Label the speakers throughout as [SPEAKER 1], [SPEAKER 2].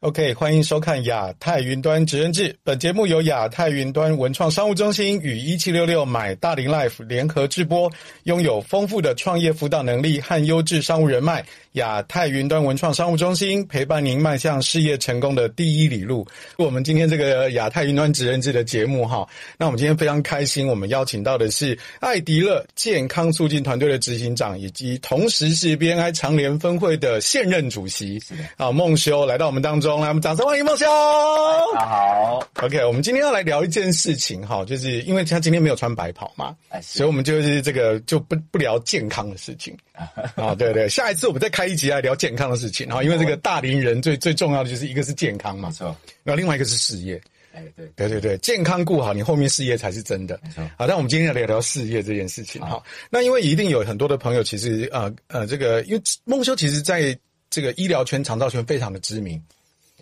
[SPEAKER 1] OK，欢迎收看《亚太云端职人志》。本节目由亚太云端文创商务中心与一七六六买大龄 Life 联合制播。拥有丰富的创业辅导能力和优质商务人脉，亚太云端文创商务中心陪伴您迈向事业成功的第一里路。我们今天这个亚太云端职人志的节目哈，那我们今天非常开心，我们邀请到的是艾迪乐健康促进团队的执行长，以及同时是 BNI 长联分会的现任主席啊孟修来到我们当中，来我们掌声欢迎孟修。
[SPEAKER 2] 大家好，
[SPEAKER 1] OK，我们今天要来聊一件事情哈，就是因为他今天没有穿白袍嘛，
[SPEAKER 2] 哎，
[SPEAKER 1] 所以我们就是这个就不不聊健康的事情 啊，对对，下一次我们再开一集来聊健康的事情啊，因为这个大龄人最最重要的就是一个是健康嘛
[SPEAKER 2] 没，错，
[SPEAKER 1] 然后另外一个是事业，
[SPEAKER 2] 哎对，
[SPEAKER 1] 对对对，健康顾好，你后面事业才是真的
[SPEAKER 2] 错。
[SPEAKER 1] 好，但我们今天要聊聊事业这件事情哈。那因为一定有很多的朋友，其实呃呃，这个因为孟修其实在这个医疗圈、长照圈非常的知 名，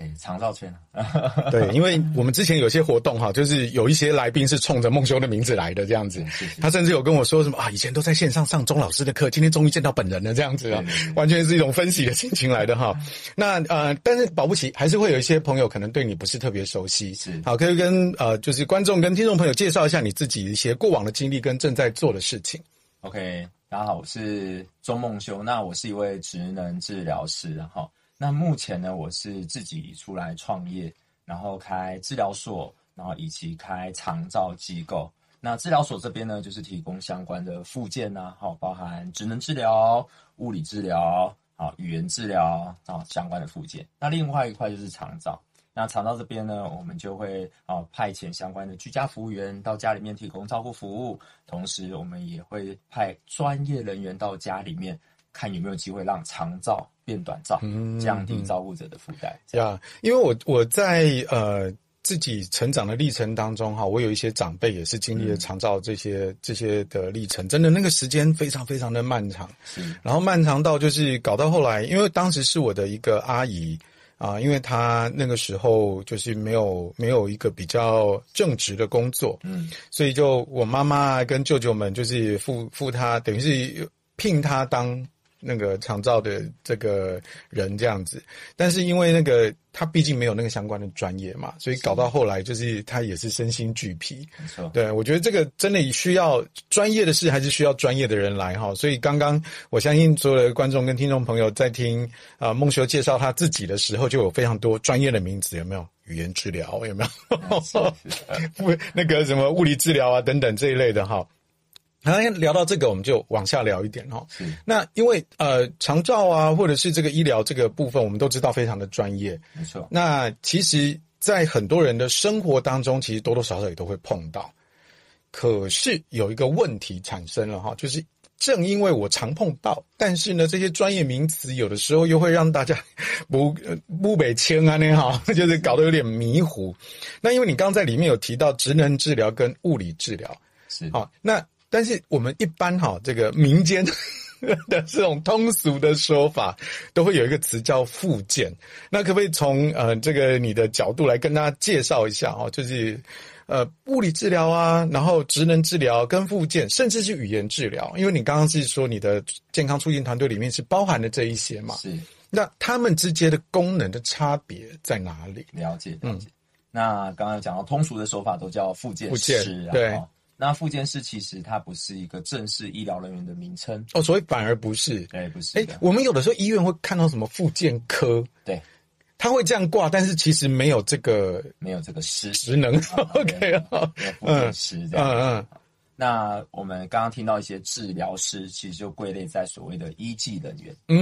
[SPEAKER 2] 哎长照圈啊，
[SPEAKER 1] 对，因为我们之前有些活动哈，就是有一些来宾是冲着孟修的名字来的这样子，他甚至有跟我说什么啊，以前都在线上上钟老师的课，今天终于见到本人了这样子啊
[SPEAKER 2] 对对，
[SPEAKER 1] 完全是一种分析的心情来的哈。那呃，但是保不齐还是会有一些朋友可能对你不是特别熟悉，
[SPEAKER 2] 是
[SPEAKER 1] 好，可以跟呃就是观众跟听众朋友介绍一下你自己一些过往的经历跟正在做的事情。
[SPEAKER 2] OK，大家好，我是周梦修，那我是一位职能治疗师啊哈。那目前呢，我是自己出来创业，然后开治疗所，然后以及开长照机构。那治疗所这边呢，就是提供相关的附件啊，好，包含职能治疗、物理治疗、好语言治疗啊相关的附件。那另外一块就是长照，那长照这边呢，我们就会啊、呃派遣相关的居家服务员到家里面提供照顾服务，同时我们也会派专业人员到家里面看有没有机会让长照变短照，
[SPEAKER 1] 嗯
[SPEAKER 2] 降低照顾者的负担。这样
[SPEAKER 1] 呀因为我我在呃自己成长的历程当中哈，我有一些长辈也是经历了
[SPEAKER 2] 嗯
[SPEAKER 1] 长照这些、这些的历程，真的那个时间非常非常的漫长，
[SPEAKER 2] 是
[SPEAKER 1] 然后漫长到就是搞到后来，因为当时是我的一个阿姨。啊，因为她那个时候就是没有没有一个比较正直的工作，
[SPEAKER 2] 嗯
[SPEAKER 1] 所以就我妈妈跟舅舅们就是付付她，等于是聘她当那个长照的这个人这样子。但是因为那个她毕竟没有那个相关的专业嘛，所以搞到后来就是她也是身心俱疲。
[SPEAKER 2] 没错，
[SPEAKER 1] 对，我觉得这个真的需要专业的事，还是需要专业的人来哈。所以刚刚我相信所有的观众跟听众朋友在听啊、呃孟修介绍他自己的时候，就有非常多专业的名词，有没有？语言治疗有没 有？
[SPEAKER 2] 是是是
[SPEAKER 1] 不那个什么物理治疗啊等等这一类的哈。好，那聊到这个，我们就往下聊一点哈。
[SPEAKER 2] 是
[SPEAKER 1] 那因为呃，长照啊，或者是这个医疗这个部分，我们都知道非常的专业。
[SPEAKER 2] 没错，
[SPEAKER 1] 那其实，在很多人的生活当中，其实多多少少也都会碰到。可是有一个问题产生了哈，就是正因为我常碰到，但是呢，这些专业名词有的时候又会让大家不呃不北清啊那哈， 就是搞得有点迷糊。那因为你刚刚在里面有提到职能治疗跟物理治疗，
[SPEAKER 2] 是
[SPEAKER 1] 好，那但是我们一般哈，这个民间 的这种通俗的说法，都会有一个词叫复健。那可不可以从呃这个你的角度来跟大家介绍一下哦？就是呃物理治疗啊，然后职能治疗跟复健，甚至是语言治疗，因为你刚刚是说你的健康促进团队里面是包含了这一些嘛？
[SPEAKER 2] 是。
[SPEAKER 1] 那他们之间的功能的差别在哪里？
[SPEAKER 2] 了解，了解。那刚刚有讲到通俗的手法都叫复健
[SPEAKER 1] 嗯复
[SPEAKER 2] 师
[SPEAKER 1] 健
[SPEAKER 2] 啊，
[SPEAKER 1] 对
[SPEAKER 2] 哦那复健师其实它不是一个正式医疗人员的名称，
[SPEAKER 1] 哦，所以反而不是。
[SPEAKER 2] 对，不是
[SPEAKER 1] 哎
[SPEAKER 2] 的，，
[SPEAKER 1] 我们有的时候医院会看到什么复健科，
[SPEAKER 2] 对，
[SPEAKER 1] 他会这样挂，但是其实没有这个
[SPEAKER 2] 没有这个师，
[SPEAKER 1] 职 能。OK 啊，
[SPEAKER 2] 没有复健师这
[SPEAKER 1] 嗯
[SPEAKER 2] 样。
[SPEAKER 1] 嗯，
[SPEAKER 2] 那我们刚刚听到一些治疗师，其实就归类在所谓的医技人员
[SPEAKER 1] 嗯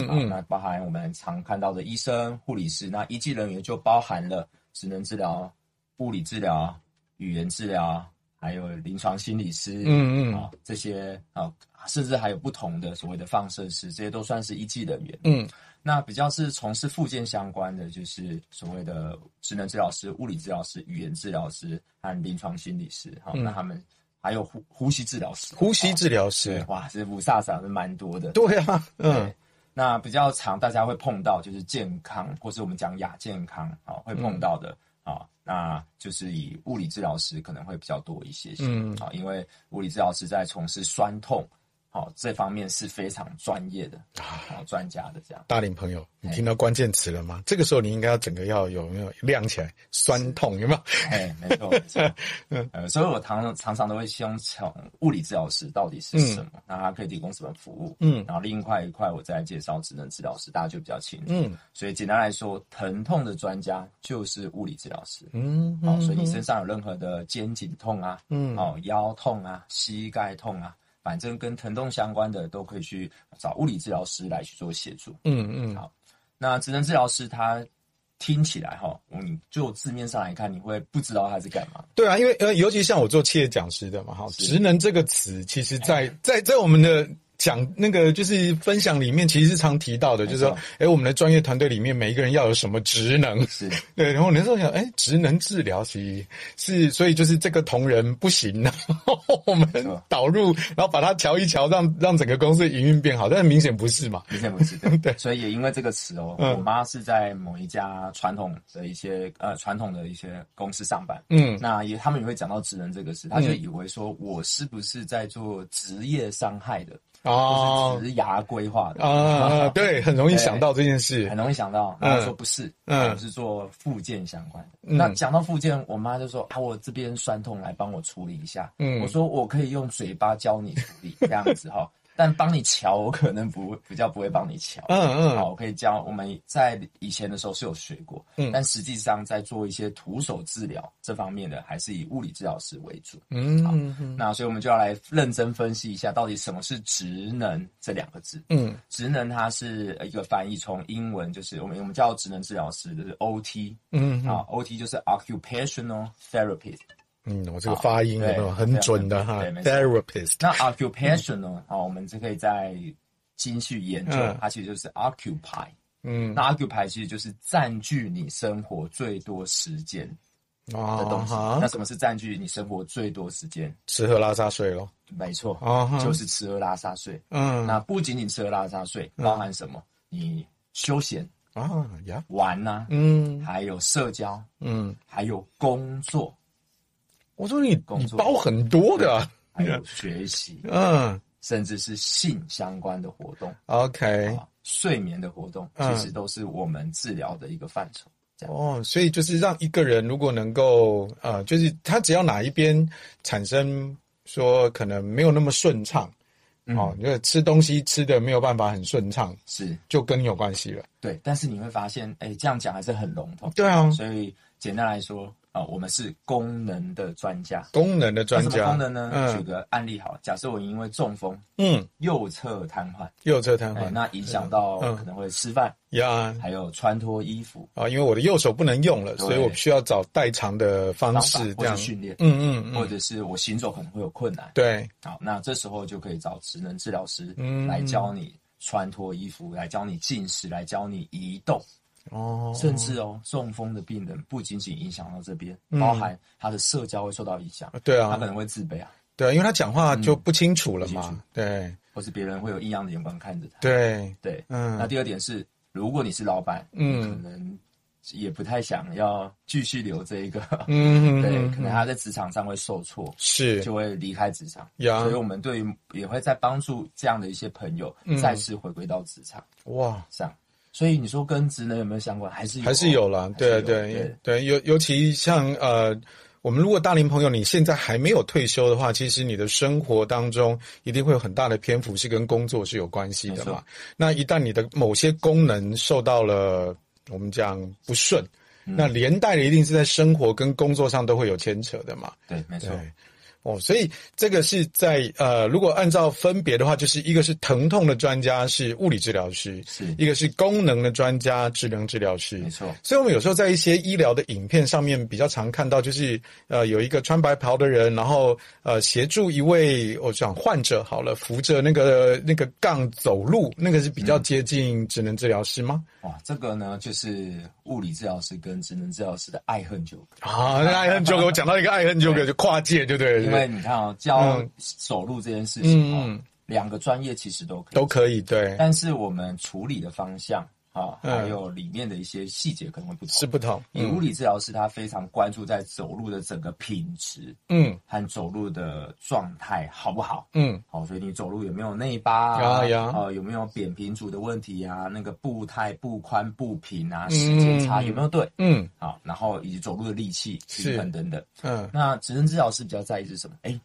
[SPEAKER 1] 嗯
[SPEAKER 2] 啊，
[SPEAKER 1] 嗯
[SPEAKER 2] 那包含我们常看到的医生、护理师，那医技人员就包含了职能治疗、物理治疗、语言治疗，还有临床心理师，
[SPEAKER 1] 嗯嗯
[SPEAKER 2] 啊，这些啊，甚至还有不同的所谓的放射师，这些都算是一技人员。
[SPEAKER 1] 嗯
[SPEAKER 2] 那比较是从事附件相关的，就是所谓的职能治疗师、物理治疗师、语言治疗师和临床心理师。好、
[SPEAKER 1] 嗯
[SPEAKER 2] 那他们还有呼呼吸治疗师，
[SPEAKER 1] 呼吸治疗师
[SPEAKER 2] 啊、，哇，这五煞煞是蛮多的。
[SPEAKER 1] 对啊，嗯
[SPEAKER 2] 对，那比较常大家会碰到就是健康，或是我们讲亚健康啊、会碰到的
[SPEAKER 1] 嗯
[SPEAKER 2] 啊、那就是以物理治疗师可能会比较多一些些啊、
[SPEAKER 1] 嗯
[SPEAKER 2] 因为物理治疗师在从事酸痛哦，这方面是非常专业的，
[SPEAKER 1] 啊
[SPEAKER 2] 哦，专家的这样。
[SPEAKER 1] 大龄朋友，你
[SPEAKER 2] 哎
[SPEAKER 1] 听到关键词了吗？这个时候你应该要整个要有没有亮起来，酸痛有没有？
[SPEAKER 2] 哎，没错，没 错。呃，所以我常常常都会先从物理治疗师到底是什么，那他可以提供什么服务，
[SPEAKER 1] 嗯
[SPEAKER 2] 然后另外一块我再介绍职能治疗师，大家就比较清楚。
[SPEAKER 1] 嗯
[SPEAKER 2] 所以简单来说，疼痛的专家就是物理治疗师。
[SPEAKER 1] 嗯，
[SPEAKER 2] 哦，所以你身上有任何的肩颈痛啊，
[SPEAKER 1] 嗯
[SPEAKER 2] 哦腰痛啊、膝盖痛啊，反正跟疼痛相关的都可以去找物理治疗师来去做协助。
[SPEAKER 1] 嗯嗯
[SPEAKER 2] 好那职能治疗师他听起来哈，你就字面上来看，你会不知道他是干嘛。
[SPEAKER 1] 对啊，因为呃，尤其像我做企业讲师的嘛，哈，
[SPEAKER 2] 是哎
[SPEAKER 1] 职能这个词，其实在在在我们的。讲那个就是分享里面，其实是常提到的，就是说
[SPEAKER 2] 没错，
[SPEAKER 1] 哎，我们的专业团队里面每一个人要有什么职能，
[SPEAKER 2] 是，
[SPEAKER 1] 对，然后那时候想，哎，职能治疗其实是，所以就是这个同仁不行然后我们
[SPEAKER 2] 错
[SPEAKER 1] 导入，然后把它调一调，让让整个公司营运变好，但是明显不是嘛，
[SPEAKER 2] 以前不是的
[SPEAKER 1] 对
[SPEAKER 2] 所以也因为这个词哦，
[SPEAKER 1] 嗯
[SPEAKER 2] 我妈是在某一家传统的一些呃传统的一些公司上班。
[SPEAKER 1] 嗯
[SPEAKER 2] 那也，他们也会讲到职能这个词，他就以为说我是不是在做职业伤害的，或
[SPEAKER 1] 哦
[SPEAKER 2] 是职涯规划的
[SPEAKER 1] 啊 啊，对，很容易想到这件事
[SPEAKER 2] 很，容易想到，然后说不是，
[SPEAKER 1] 嗯
[SPEAKER 2] 我是做附件相关的。
[SPEAKER 1] 嗯
[SPEAKER 2] 那讲到附件，我妈就说啊，我这边酸痛来帮我处理一下。
[SPEAKER 1] 嗯
[SPEAKER 2] 我说我可以用嘴巴教你处理这样子哈， 但帮你瞧，我可能不比较不会帮你瞧。
[SPEAKER 1] 嗯
[SPEAKER 2] 好，
[SPEAKER 1] 嗯
[SPEAKER 2] 我可以教我们在以前的时候是有学过，
[SPEAKER 1] 嗯
[SPEAKER 2] 但实际上在做一些徒手治疗这方面的，还是以物理治疗师为主。
[SPEAKER 1] 嗯嗯
[SPEAKER 2] 那所以我们就要来认真分析一下，到底什么是职能这两个字。
[SPEAKER 1] 嗯
[SPEAKER 2] 职能它是一个翻译，从英文就是我们我们叫职能治疗师，就是 OT
[SPEAKER 1] 嗯
[SPEAKER 2] 啊，OT 就是 occupational therapist。
[SPEAKER 1] 嗯，我这个发音有没有
[SPEAKER 2] 好对
[SPEAKER 1] 很准的哈
[SPEAKER 2] 对没错
[SPEAKER 1] ？Therapist，
[SPEAKER 2] 那 occupational 啊，我们就可以在精去研究
[SPEAKER 1] 嗯，
[SPEAKER 2] 它其实就是 occupy。
[SPEAKER 1] 嗯
[SPEAKER 2] 那 occupy 其实就是占据你生活最多时间的
[SPEAKER 1] 啊
[SPEAKER 2] 东西。
[SPEAKER 1] 哈
[SPEAKER 2] 那，什么是占据你生活最多时间？
[SPEAKER 1] 吃喝拉撒睡咯。
[SPEAKER 2] 没错，
[SPEAKER 1] 啊哈，
[SPEAKER 2] 就是吃喝拉撒睡。
[SPEAKER 1] 嗯
[SPEAKER 2] 那不仅仅吃喝拉撒睡，包含什么？你休闲、
[SPEAKER 1] 啊呀，
[SPEAKER 2] 玩呐、
[SPEAKER 1] 嗯
[SPEAKER 2] 还有社交，
[SPEAKER 1] 嗯，
[SPEAKER 2] 还有工作，
[SPEAKER 1] 我说你
[SPEAKER 2] 工
[SPEAKER 1] 你
[SPEAKER 2] 作
[SPEAKER 1] 包很多的啊，
[SPEAKER 2] 还有学习，
[SPEAKER 1] 嗯。
[SPEAKER 2] 甚至是性相关的活动
[SPEAKER 1] OK，
[SPEAKER 2] 啊，睡眠的活动，
[SPEAKER 1] 哎嗯
[SPEAKER 2] 其实都是我们治疗的一个范畴。这样
[SPEAKER 1] 哦，所以就是让一个人如果能够，呃，就是他只要哪一边产生说可能没有那么顺畅，
[SPEAKER 2] 嗯
[SPEAKER 1] 哦，就是吃东西吃的没有办法很顺畅，
[SPEAKER 2] 是
[SPEAKER 1] 就跟你有关系了。
[SPEAKER 2] 对，但是你会发现，哎，这样讲还是很笼统。
[SPEAKER 1] 对啊，
[SPEAKER 2] 所以简单来说啊，我们是功能的专家。
[SPEAKER 1] 功能的专
[SPEAKER 2] 那什
[SPEAKER 1] 家，
[SPEAKER 2] 么功能呢？举
[SPEAKER 1] 嗯
[SPEAKER 2] 个案例好了，假设我因为中风
[SPEAKER 1] 嗯，
[SPEAKER 2] 右侧瘫痪，
[SPEAKER 1] 右侧瘫
[SPEAKER 2] 哎，
[SPEAKER 1] 痪
[SPEAKER 2] 那影响到
[SPEAKER 1] 嗯
[SPEAKER 2] 可能会吃饭，
[SPEAKER 1] 呀
[SPEAKER 2] 还有穿脱衣服
[SPEAKER 1] 啊，因为我的右手不能用了，
[SPEAKER 2] 对
[SPEAKER 1] 所以我需要找代偿的方
[SPEAKER 2] 方法
[SPEAKER 1] 式，
[SPEAKER 2] 或
[SPEAKER 1] 这
[SPEAKER 2] 者
[SPEAKER 1] 样，
[SPEAKER 2] 训练，
[SPEAKER 1] 嗯嗯
[SPEAKER 2] 或
[SPEAKER 1] 嗯，
[SPEAKER 2] 者是我行走可能会有困难。
[SPEAKER 1] 对，
[SPEAKER 2] 好，那这时候就可以找职能治疗师
[SPEAKER 1] 嗯
[SPEAKER 2] 来教你穿脱衣服，来教你进食，来教你移动，
[SPEAKER 1] 哦，
[SPEAKER 2] 甚至哦，中风的病人不仅仅影响到这边，包含
[SPEAKER 1] 嗯
[SPEAKER 2] 他的社交会受到影响，
[SPEAKER 1] 对
[SPEAKER 2] 他
[SPEAKER 1] 啊
[SPEAKER 2] 可，能会自卑啊，
[SPEAKER 1] 对啊，因为他讲话就不清楚了
[SPEAKER 2] 不清
[SPEAKER 1] 嘛，对
[SPEAKER 2] 或是别人会有异样的眼光看着他。
[SPEAKER 1] 对，
[SPEAKER 2] 对，
[SPEAKER 1] 嗯
[SPEAKER 2] 那第二点是，如果你是老板，
[SPEAKER 1] 嗯
[SPEAKER 2] 你可能也不太想要继续留这一个，
[SPEAKER 1] 嗯，嗯
[SPEAKER 2] 对，
[SPEAKER 1] 嗯
[SPEAKER 2] 可能他在职场上会受挫，
[SPEAKER 1] 是
[SPEAKER 2] 就会离开职场。
[SPEAKER 1] 呀
[SPEAKER 2] 所以我们对于也会在帮助这样的一些朋友
[SPEAKER 1] 嗯
[SPEAKER 2] 再次回归到职场
[SPEAKER 1] 哇，
[SPEAKER 2] 上。所以你说跟职能有没有相关？还是有
[SPEAKER 1] 还是有啦，对啊
[SPEAKER 2] 还是有
[SPEAKER 1] 对
[SPEAKER 2] 对
[SPEAKER 1] 对，尤尤其像呃，我们如果大龄朋友你现在还没有退休的话，其实你的生活当中一定会有很大的篇幅是跟工作是有关系的
[SPEAKER 2] 没
[SPEAKER 1] 嘛
[SPEAKER 2] 错。
[SPEAKER 1] 那一旦你的某些功能受到了我们讲不顺，
[SPEAKER 2] 嗯
[SPEAKER 1] 那连带的一定是在生活跟工作上都会有牵扯的嘛。
[SPEAKER 2] 对，没错，
[SPEAKER 1] 对，哦，所以这个是在呃，如果按照分别的话，就是一个是疼痛的专家是物理治疗师，
[SPEAKER 2] 是
[SPEAKER 1] 一个是功能的专家智能治疗师
[SPEAKER 2] 没。错，
[SPEAKER 1] 所以，我们有时候在一些医疗的影片上面比较常看到，就是呃，有一个穿白袍的人，然后呃，协助一位我想患者好了，扶着那个那个杠走路，那个是比较接近职能治疗师吗？
[SPEAKER 2] 哇，这个呢就是物理治疗师跟职能治疗师的爱恨纠 葛。
[SPEAKER 1] 啊，那爱恨纠葛，我讲到一个爱恨纠葛，就跨界，对不对？
[SPEAKER 2] 因为你看哦，教走路这件事情哦
[SPEAKER 1] 嗯，
[SPEAKER 2] 两个专业其实都可以
[SPEAKER 1] 都可以，对，
[SPEAKER 2] 但是我们处理的方向啊、好、
[SPEAKER 1] 嗯
[SPEAKER 2] 还有里面的一些细节可能会不同。
[SPEAKER 1] 是不同。
[SPEAKER 2] 以
[SPEAKER 1] 嗯
[SPEAKER 2] 物理治疗师他非常关注在走路的整个品质
[SPEAKER 1] 嗯
[SPEAKER 2] 和走路的状态好不好。
[SPEAKER 1] 嗯
[SPEAKER 2] 好，所以你走路有没有内八
[SPEAKER 1] 呀
[SPEAKER 2] 啊？
[SPEAKER 1] 呀
[SPEAKER 2] 呃，有没有扁平足的问题啊？那个步态、步宽、步频啊，
[SPEAKER 1] 嗯
[SPEAKER 2] 时间差有没有对？
[SPEAKER 1] 嗯
[SPEAKER 2] 好，然后以及走路的力气、
[SPEAKER 1] 是
[SPEAKER 2] 平衡等等。
[SPEAKER 1] 嗯，
[SPEAKER 2] 那职能治疗师比较在意是什么？哎、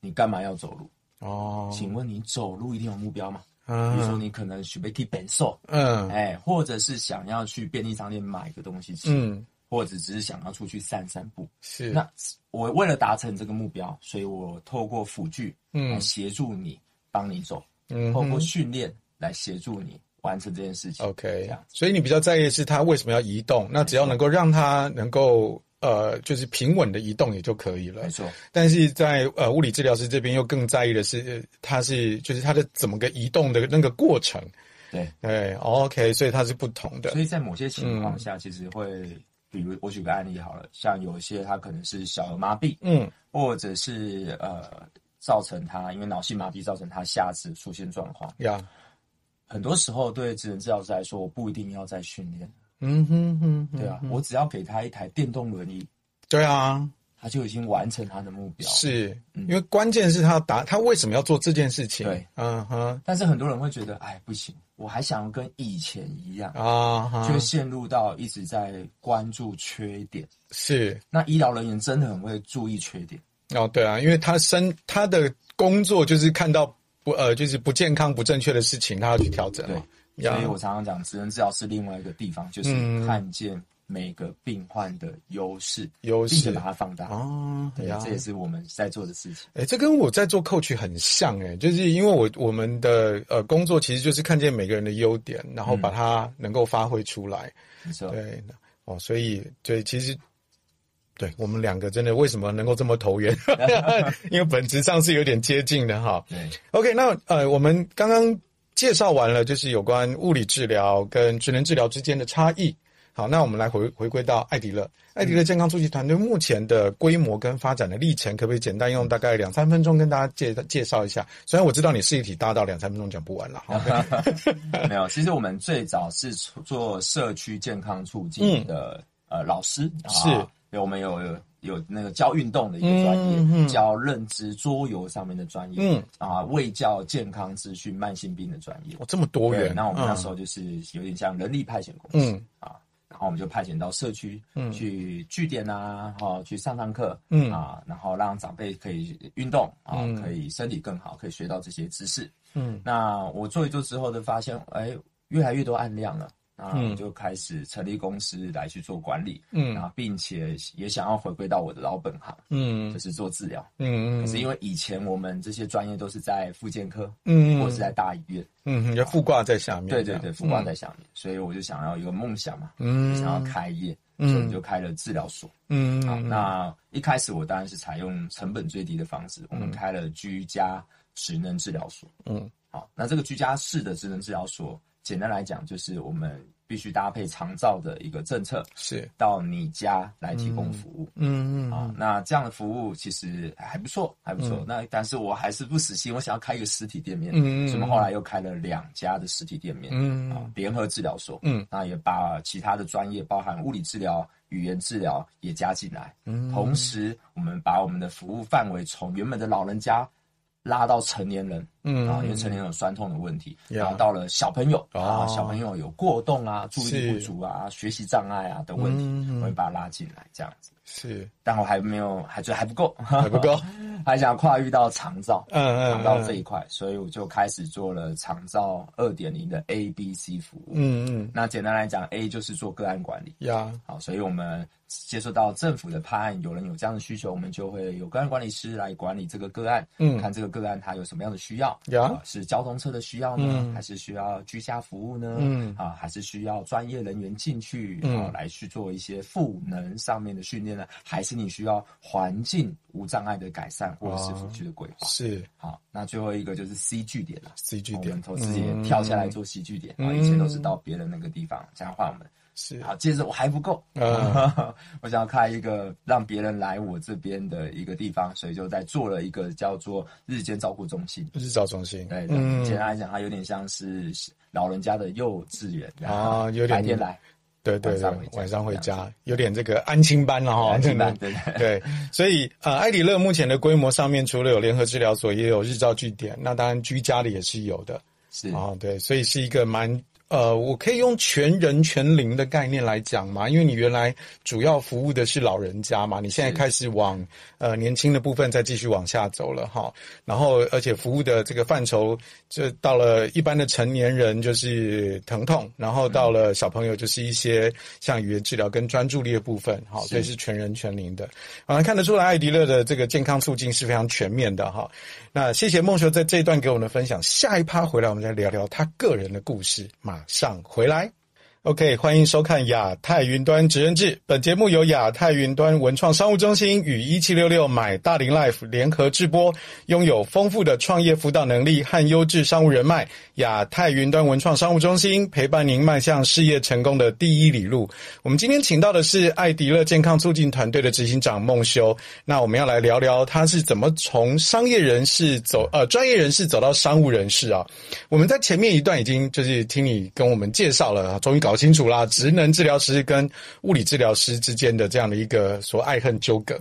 [SPEAKER 2] 你干嘛要走路？
[SPEAKER 1] 哦，
[SPEAKER 2] 请问你走路一定有目标吗？比如说
[SPEAKER 1] 嗯
[SPEAKER 2] 你可能准备去本寿，
[SPEAKER 1] 嗯
[SPEAKER 2] 哎、或者是想要去便利商店买个东西吃，
[SPEAKER 1] 嗯，
[SPEAKER 2] 或者只是想要出去散散步。
[SPEAKER 1] 是
[SPEAKER 2] 那我为了达成这个目标，所以我透过辅具来
[SPEAKER 1] 嗯
[SPEAKER 2] 协助你，帮你走，
[SPEAKER 1] 嗯
[SPEAKER 2] 透过
[SPEAKER 1] 哼哦
[SPEAKER 2] 训练来协助你完成这件事情。这
[SPEAKER 1] OK，
[SPEAKER 2] 样
[SPEAKER 1] 所以你比较在意的是它为什么要移动，那只要能够让它能够呃就是平稳的移动也就可以了
[SPEAKER 2] 没。错，
[SPEAKER 1] 但是在呃物理治疗师这边又更在意的是，呃它是就是它的怎么个移动的那个过程。
[SPEAKER 2] 对。
[SPEAKER 1] 对，OK，所以它是不同的
[SPEAKER 2] 所。以在某些情
[SPEAKER 1] 嗯
[SPEAKER 2] 况下，其实会，比如我举个案例好了，像有一些他可能是小儿麻痹，
[SPEAKER 1] 嗯
[SPEAKER 2] 或者是呃造成他因为脑性麻痹造成他下肢出现状况。
[SPEAKER 1] 呀，
[SPEAKER 2] 很多时候对职能治疗师来说，我不一定要再训练，
[SPEAKER 1] 嗯哼哼哼，
[SPEAKER 2] 对啊，我只要给他一台电动轮椅，
[SPEAKER 1] 对啊，
[SPEAKER 2] 他就已经完成他的目标。，
[SPEAKER 1] 是
[SPEAKER 2] 嗯
[SPEAKER 1] 因为关键是他答他为什么要做这件事情？
[SPEAKER 2] 对，
[SPEAKER 1] 嗯哼
[SPEAKER 2] 但是很多人会觉得，哎，不行，我还想要跟以前一样，
[SPEAKER 1] 啊
[SPEAKER 2] 就会
[SPEAKER 1] 哈，
[SPEAKER 2] 陷入到一直在关注缺点。
[SPEAKER 1] 是
[SPEAKER 2] 那医疗人员真的很会注意缺点，
[SPEAKER 1] 哦，对啊，因为他生他的工作就是看到不呃就是不健康不正确的事情，他要去调整
[SPEAKER 2] 对
[SPEAKER 1] 嘛。，呀
[SPEAKER 2] 所以我常常讲，职能治疗是另外一个地方，就是
[SPEAKER 1] 嗯
[SPEAKER 2] 看见每个病患的优势，
[SPEAKER 1] 优
[SPEAKER 2] 并且
[SPEAKER 1] 势
[SPEAKER 2] 把它放大。
[SPEAKER 1] 哦，
[SPEAKER 2] 对，
[SPEAKER 1] 呀
[SPEAKER 2] 嗯这也是我们在做的事情。
[SPEAKER 1] 哎，这跟我在做 coach 很像哎，就是因为我我们的呃工作其实就是看见每个人的优点，然后
[SPEAKER 2] 嗯
[SPEAKER 1] 把它能够发挥出来。
[SPEAKER 2] 没错，
[SPEAKER 1] 对，哦，所以对，其实对我们两个真的为什么能够这么投缘？ 因为本质上是有点接近的哈。
[SPEAKER 2] 对，
[SPEAKER 1] OK，那呃，我们刚刚介绍完了，就是有关物理治疗跟职能治疗之间的差异。好，那我们来回回归到艾迪勒，艾迪勒健康促进团队目前的规模跟发展的历程，可不可以简单用大概两三分钟跟大家介介绍一下？虽然我知道你是一体大到两三分钟讲不完了哈。
[SPEAKER 2] 没有。其实我们最早是做社区健康促进的、呃老师，啊
[SPEAKER 1] 嗯是，
[SPEAKER 2] 对，我们有有有那个教运动的一个专业，
[SPEAKER 1] 嗯嗯
[SPEAKER 2] 教认知桌游上面的专业，
[SPEAKER 1] 嗯，
[SPEAKER 2] 啊，卫教健康资讯慢性病的专业
[SPEAKER 1] 我、。这么多
[SPEAKER 2] 对，
[SPEAKER 1] 元，
[SPEAKER 2] 那我们那
[SPEAKER 1] 嗯
[SPEAKER 2] 时候就是有点像人力派遣公司，
[SPEAKER 1] 嗯
[SPEAKER 2] 啊，然后我们就派遣到社区，
[SPEAKER 1] 嗯
[SPEAKER 2] 去据点啊，哈、去上上课，
[SPEAKER 1] 嗯
[SPEAKER 2] 啊，然后让长辈可以运动啊，
[SPEAKER 1] 嗯
[SPEAKER 2] 可以身体更好，可以学到这些知识。
[SPEAKER 1] 嗯
[SPEAKER 2] 那我做一做之后的发现，哎，越来越多案量了。那
[SPEAKER 1] 嗯
[SPEAKER 2] 我就开始成立公司来去做管理，
[SPEAKER 1] 嗯
[SPEAKER 2] 啊，并且也想要回归到我的老本行，
[SPEAKER 1] 嗯
[SPEAKER 2] 就是做治疗。
[SPEAKER 1] 嗯
[SPEAKER 2] 可
[SPEAKER 1] 嗯
[SPEAKER 2] 是因为以前我们这些专业都是在复健科，
[SPEAKER 1] 嗯
[SPEAKER 2] 或是在大医院，
[SPEAKER 1] 嗯，要附挂在下面，
[SPEAKER 2] 对对对，孵化在下面，所以我就想要有个梦想嘛，
[SPEAKER 1] 嗯
[SPEAKER 2] 就想要开业，
[SPEAKER 1] 嗯
[SPEAKER 2] 所以我们就开了治疗所。
[SPEAKER 1] 嗯
[SPEAKER 2] 好，
[SPEAKER 1] 嗯
[SPEAKER 2] 那一开始我当然是采用成本最低的方式，我们开了居家职能治疗所。
[SPEAKER 1] 嗯
[SPEAKER 2] 好，那这个居家式的职能治疗所，简单来讲就是我们必须搭配长照的一个政策，
[SPEAKER 1] 是
[SPEAKER 2] 到你家来提供服务。
[SPEAKER 1] 嗯
[SPEAKER 2] 啊
[SPEAKER 1] 嗯，
[SPEAKER 2] 那这样的服务其实还不错，还不错。那但是我还是不死心，我想要开一个实体店面，
[SPEAKER 1] 嗯嗯
[SPEAKER 2] 所以我们后来又开了两家的实体店面，
[SPEAKER 1] 嗯
[SPEAKER 2] 啊，联合治疗所，
[SPEAKER 1] 嗯，
[SPEAKER 2] 那也把其他的专业，包含物理治疗、语言治疗也加进来，
[SPEAKER 1] 嗯
[SPEAKER 2] 同时我们把我们的服务范围从原本的老人家拉到成年人，
[SPEAKER 1] 嗯
[SPEAKER 2] 啊，因为成年人有酸痛的问题，
[SPEAKER 1] 呀
[SPEAKER 2] 然后到了小朋友啊
[SPEAKER 1] 哦，
[SPEAKER 2] 小朋友有过动啊、注意力不足啊、学习障碍啊的问题，
[SPEAKER 1] 嗯嗯嗯
[SPEAKER 2] 我会把它拉进来这样子。
[SPEAKER 1] 是
[SPEAKER 2] 但我还没有，还觉得还不够，
[SPEAKER 1] 还
[SPEAKER 2] 还
[SPEAKER 1] 不够，，
[SPEAKER 2] 还想跨越到长照，
[SPEAKER 1] 嗯嗯
[SPEAKER 2] 长照这一块，所以我就开始做了长照二点零的 A、B、C 服务。
[SPEAKER 1] 嗯嗯
[SPEAKER 2] 那简单来讲，A 就是做个案管理。
[SPEAKER 1] 呀
[SPEAKER 2] 好，所以我们接受到政府的判案，有人有这样的需求，我们就会有个案管理师来管理这个个案，
[SPEAKER 1] 嗯
[SPEAKER 2] 看这个个案它有什么样的需要，
[SPEAKER 1] 呀
[SPEAKER 2] 啊是交通车的需要呢，
[SPEAKER 1] 嗯
[SPEAKER 2] 还是需要居家服务呢？
[SPEAKER 1] 嗯
[SPEAKER 2] 啊，还是需要专业人员进去
[SPEAKER 1] 嗯
[SPEAKER 2] 啊来去做一些赋能上面的训练呢？还是你需要环境无障碍的改善或者是辅具的规划？
[SPEAKER 1] 是
[SPEAKER 2] 好，那最后一个就是 C 据点了。
[SPEAKER 1] C G
[SPEAKER 2] 我
[SPEAKER 1] 点嗯
[SPEAKER 2] 们，从自己跳下来做戏剧点啊，以前都是到别人那个地方，这样的话我们
[SPEAKER 1] 是
[SPEAKER 2] 好，接着我还不够，
[SPEAKER 1] 嗯
[SPEAKER 2] 我想要开一个让别人来我这边的一个地方，所以就在做了一个叫做日间照顾中心。
[SPEAKER 1] 日照中心，
[SPEAKER 2] 对，
[SPEAKER 1] 嗯
[SPEAKER 2] 简单来讲，它有点像是老人家的幼稚园，然后
[SPEAKER 1] 啊有点
[SPEAKER 2] 白天来，
[SPEAKER 1] 对对
[SPEAKER 2] 晚
[SPEAKER 1] 对
[SPEAKER 2] 上回，家
[SPEAKER 1] 晚上回
[SPEAKER 2] 这
[SPEAKER 1] 家，有点这个安亲班了哈，
[SPEAKER 2] 白
[SPEAKER 1] 真
[SPEAKER 2] 天来
[SPEAKER 1] 的，
[SPEAKER 2] 对对
[SPEAKER 1] 哦对，所以呃，艾里乐目前的规模上面，除了有联合治疗所，也有日照据点，那当然居家的也是有的
[SPEAKER 2] 是
[SPEAKER 1] 啊、对，所以是一个蛮呃，我可以用全人全龄的概念来讲嘛，因为你原来主要服务的是老人家嘛，你现在
[SPEAKER 2] 是
[SPEAKER 1] 开始往呃年轻的部分再继续往下走了哈，然后而且服务的这个范畴，就到了一般的成年人就是疼痛，然后到了小朋友就是一些像语言治疗跟专注力的部分哈，
[SPEAKER 2] 是
[SPEAKER 1] 所以是全人全龄的。啊，看得出来艾迪勒的这个健康促进是非常全面的哈。那谢谢梦球在这一段给我们的分享，下一趴回来我们再聊聊他个人的故事，马上回来。OK，欢迎收看《亚太云端职人志》。本节目由亚太云端文创商务中心与一七六六买大龄 Life 联合制播。拥有丰富的创业辅导能力和优质商务人脉，亚太云端文创商务中心陪伴您迈向事业成功的第一里路。我们今天请到的是艾迪乐健康促进团队的执行长孟修。那我们要来聊聊他是怎么从商业人士走呃专业人士走到商务人士啊。我们在前面一段已经就是听你跟我们介绍了，终于搞清楚啦，职能治疗师跟物理治疗师之间的这样的一个所爱恨纠葛。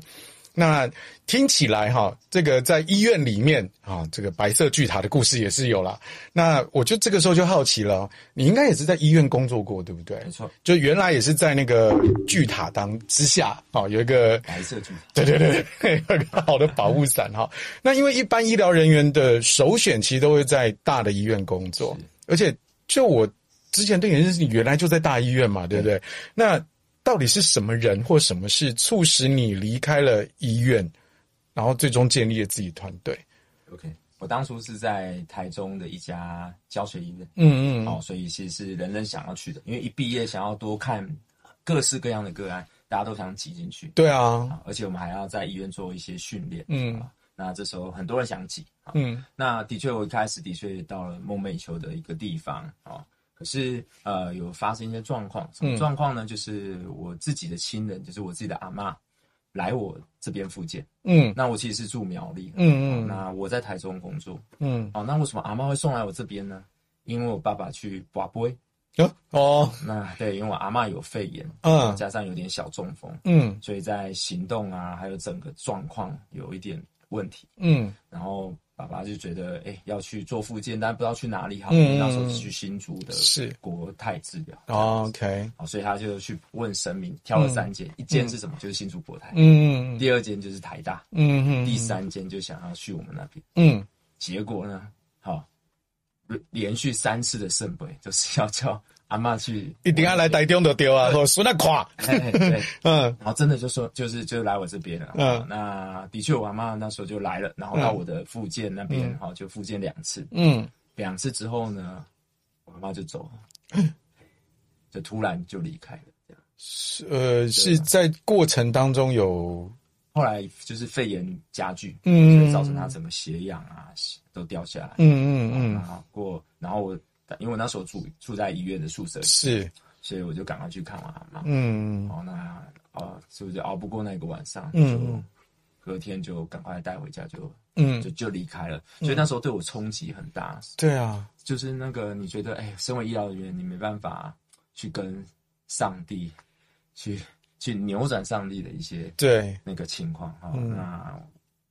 [SPEAKER 1] 那听起来哈，这个在医院里面啊，这个白色巨塔的故事也是有啦。那我就这个时候就好奇了，你应该也是在医院工作过，对不对
[SPEAKER 2] 没？错，
[SPEAKER 1] 就原来也是在那个巨塔当之下哦，有一个
[SPEAKER 2] 白色巨塔。
[SPEAKER 1] 对对对对， 有个好的保护伞哈。那因为一般医疗人员的首选其实都会在大的医院工作，而且就我之前对你认识，你原来就在大医院嘛，对不对？那到底是什么人或什么事促使你离开了医院，然后最终建立了自己团队？
[SPEAKER 2] OK，我当初是在台中的一家教学医院，
[SPEAKER 1] 嗯
[SPEAKER 2] 哦，所以其实是人人想要去的，因为一毕业想要多看各式各样的个案，大家都想挤进去
[SPEAKER 1] 对啊，
[SPEAKER 2] 啊，而且我们还要在医院做一些训练，
[SPEAKER 1] 嗯
[SPEAKER 2] 啊，那这时候很多人想挤啊，
[SPEAKER 1] 嗯
[SPEAKER 2] 那的确我一开始的确到了梦寐以求的一个地方啊。可是，呃，有发生一些状况，什么
[SPEAKER 1] 嗯
[SPEAKER 2] 状况呢？就是我自己的亲人，就是我自己的阿妈，来我这边复健。
[SPEAKER 1] 嗯
[SPEAKER 2] 那我其实是住苗栗，啊
[SPEAKER 1] 嗯嗯
[SPEAKER 2] 那我在台中工作，
[SPEAKER 1] 嗯，
[SPEAKER 2] 哦，那为什么阿妈会送来我这边呢？因为我爸爸去拔杯，
[SPEAKER 1] 哦哦，
[SPEAKER 2] 那对，因为我阿妈有肺炎，
[SPEAKER 1] 嗯
[SPEAKER 2] 加上有点小中风，
[SPEAKER 1] 嗯
[SPEAKER 2] 所以在行动啊，还有整个状况有一点问题。
[SPEAKER 1] 嗯
[SPEAKER 2] 然后爸爸就觉得，哎、要去做复健，但不知道去哪里好。
[SPEAKER 1] 嗯
[SPEAKER 2] 因为那时候是去新竹的
[SPEAKER 1] 是
[SPEAKER 2] 国泰治疗，
[SPEAKER 1] 哦，OK，嗯
[SPEAKER 2] 哦，所以他就去问神明，挑了三间，一间是什么？就是新竹国泰，
[SPEAKER 1] 嗯嗯
[SPEAKER 2] 第二间就是台大，
[SPEAKER 1] 嗯嗯，
[SPEAKER 2] 第三间就想要去我们那边。
[SPEAKER 1] 嗯。
[SPEAKER 2] 结果呢，好、连续三次的圣杯，就是要叫阿嬷去，
[SPEAKER 1] 一定要来台中就对啊，我孙那垮，
[SPEAKER 2] 嘿嘿对，
[SPEAKER 1] 嗯
[SPEAKER 2] 然后真的就说，就是就来我这边了。
[SPEAKER 1] 嗯
[SPEAKER 2] 嗯，那的确，我阿嬷那时候就来了，然后到我的附件那边，哈、就附件两次，
[SPEAKER 1] 嗯，
[SPEAKER 2] 两次之后呢，我阿嬷就走了，就突然就离开了。这样
[SPEAKER 1] 是呃是在过程当中有，
[SPEAKER 2] 后来就是肺炎加剧，
[SPEAKER 1] 嗯
[SPEAKER 2] 所以造成他整个血氧啊都掉下来。
[SPEAKER 1] 嗯
[SPEAKER 2] 嗯，
[SPEAKER 1] 嗯嗯，
[SPEAKER 2] 然后过，然后我因为我那时候住住在医院的宿舍里，
[SPEAKER 1] 是，
[SPEAKER 2] 所以我就赶快去看我阿妈。
[SPEAKER 1] 嗯
[SPEAKER 2] 然后那哦，是不是熬不过那个晚上，
[SPEAKER 1] 嗯
[SPEAKER 2] 就隔天就赶快带回家就，就
[SPEAKER 1] 嗯，
[SPEAKER 2] 就离开了。所以那时候对我冲击很大，
[SPEAKER 1] 对啊，
[SPEAKER 2] 就是那个你觉得，哎，身为医疗人员，你没办法去跟上帝去去扭转上帝的一些
[SPEAKER 1] 对，
[SPEAKER 2] 那个情况啊、哦
[SPEAKER 1] 嗯
[SPEAKER 2] 那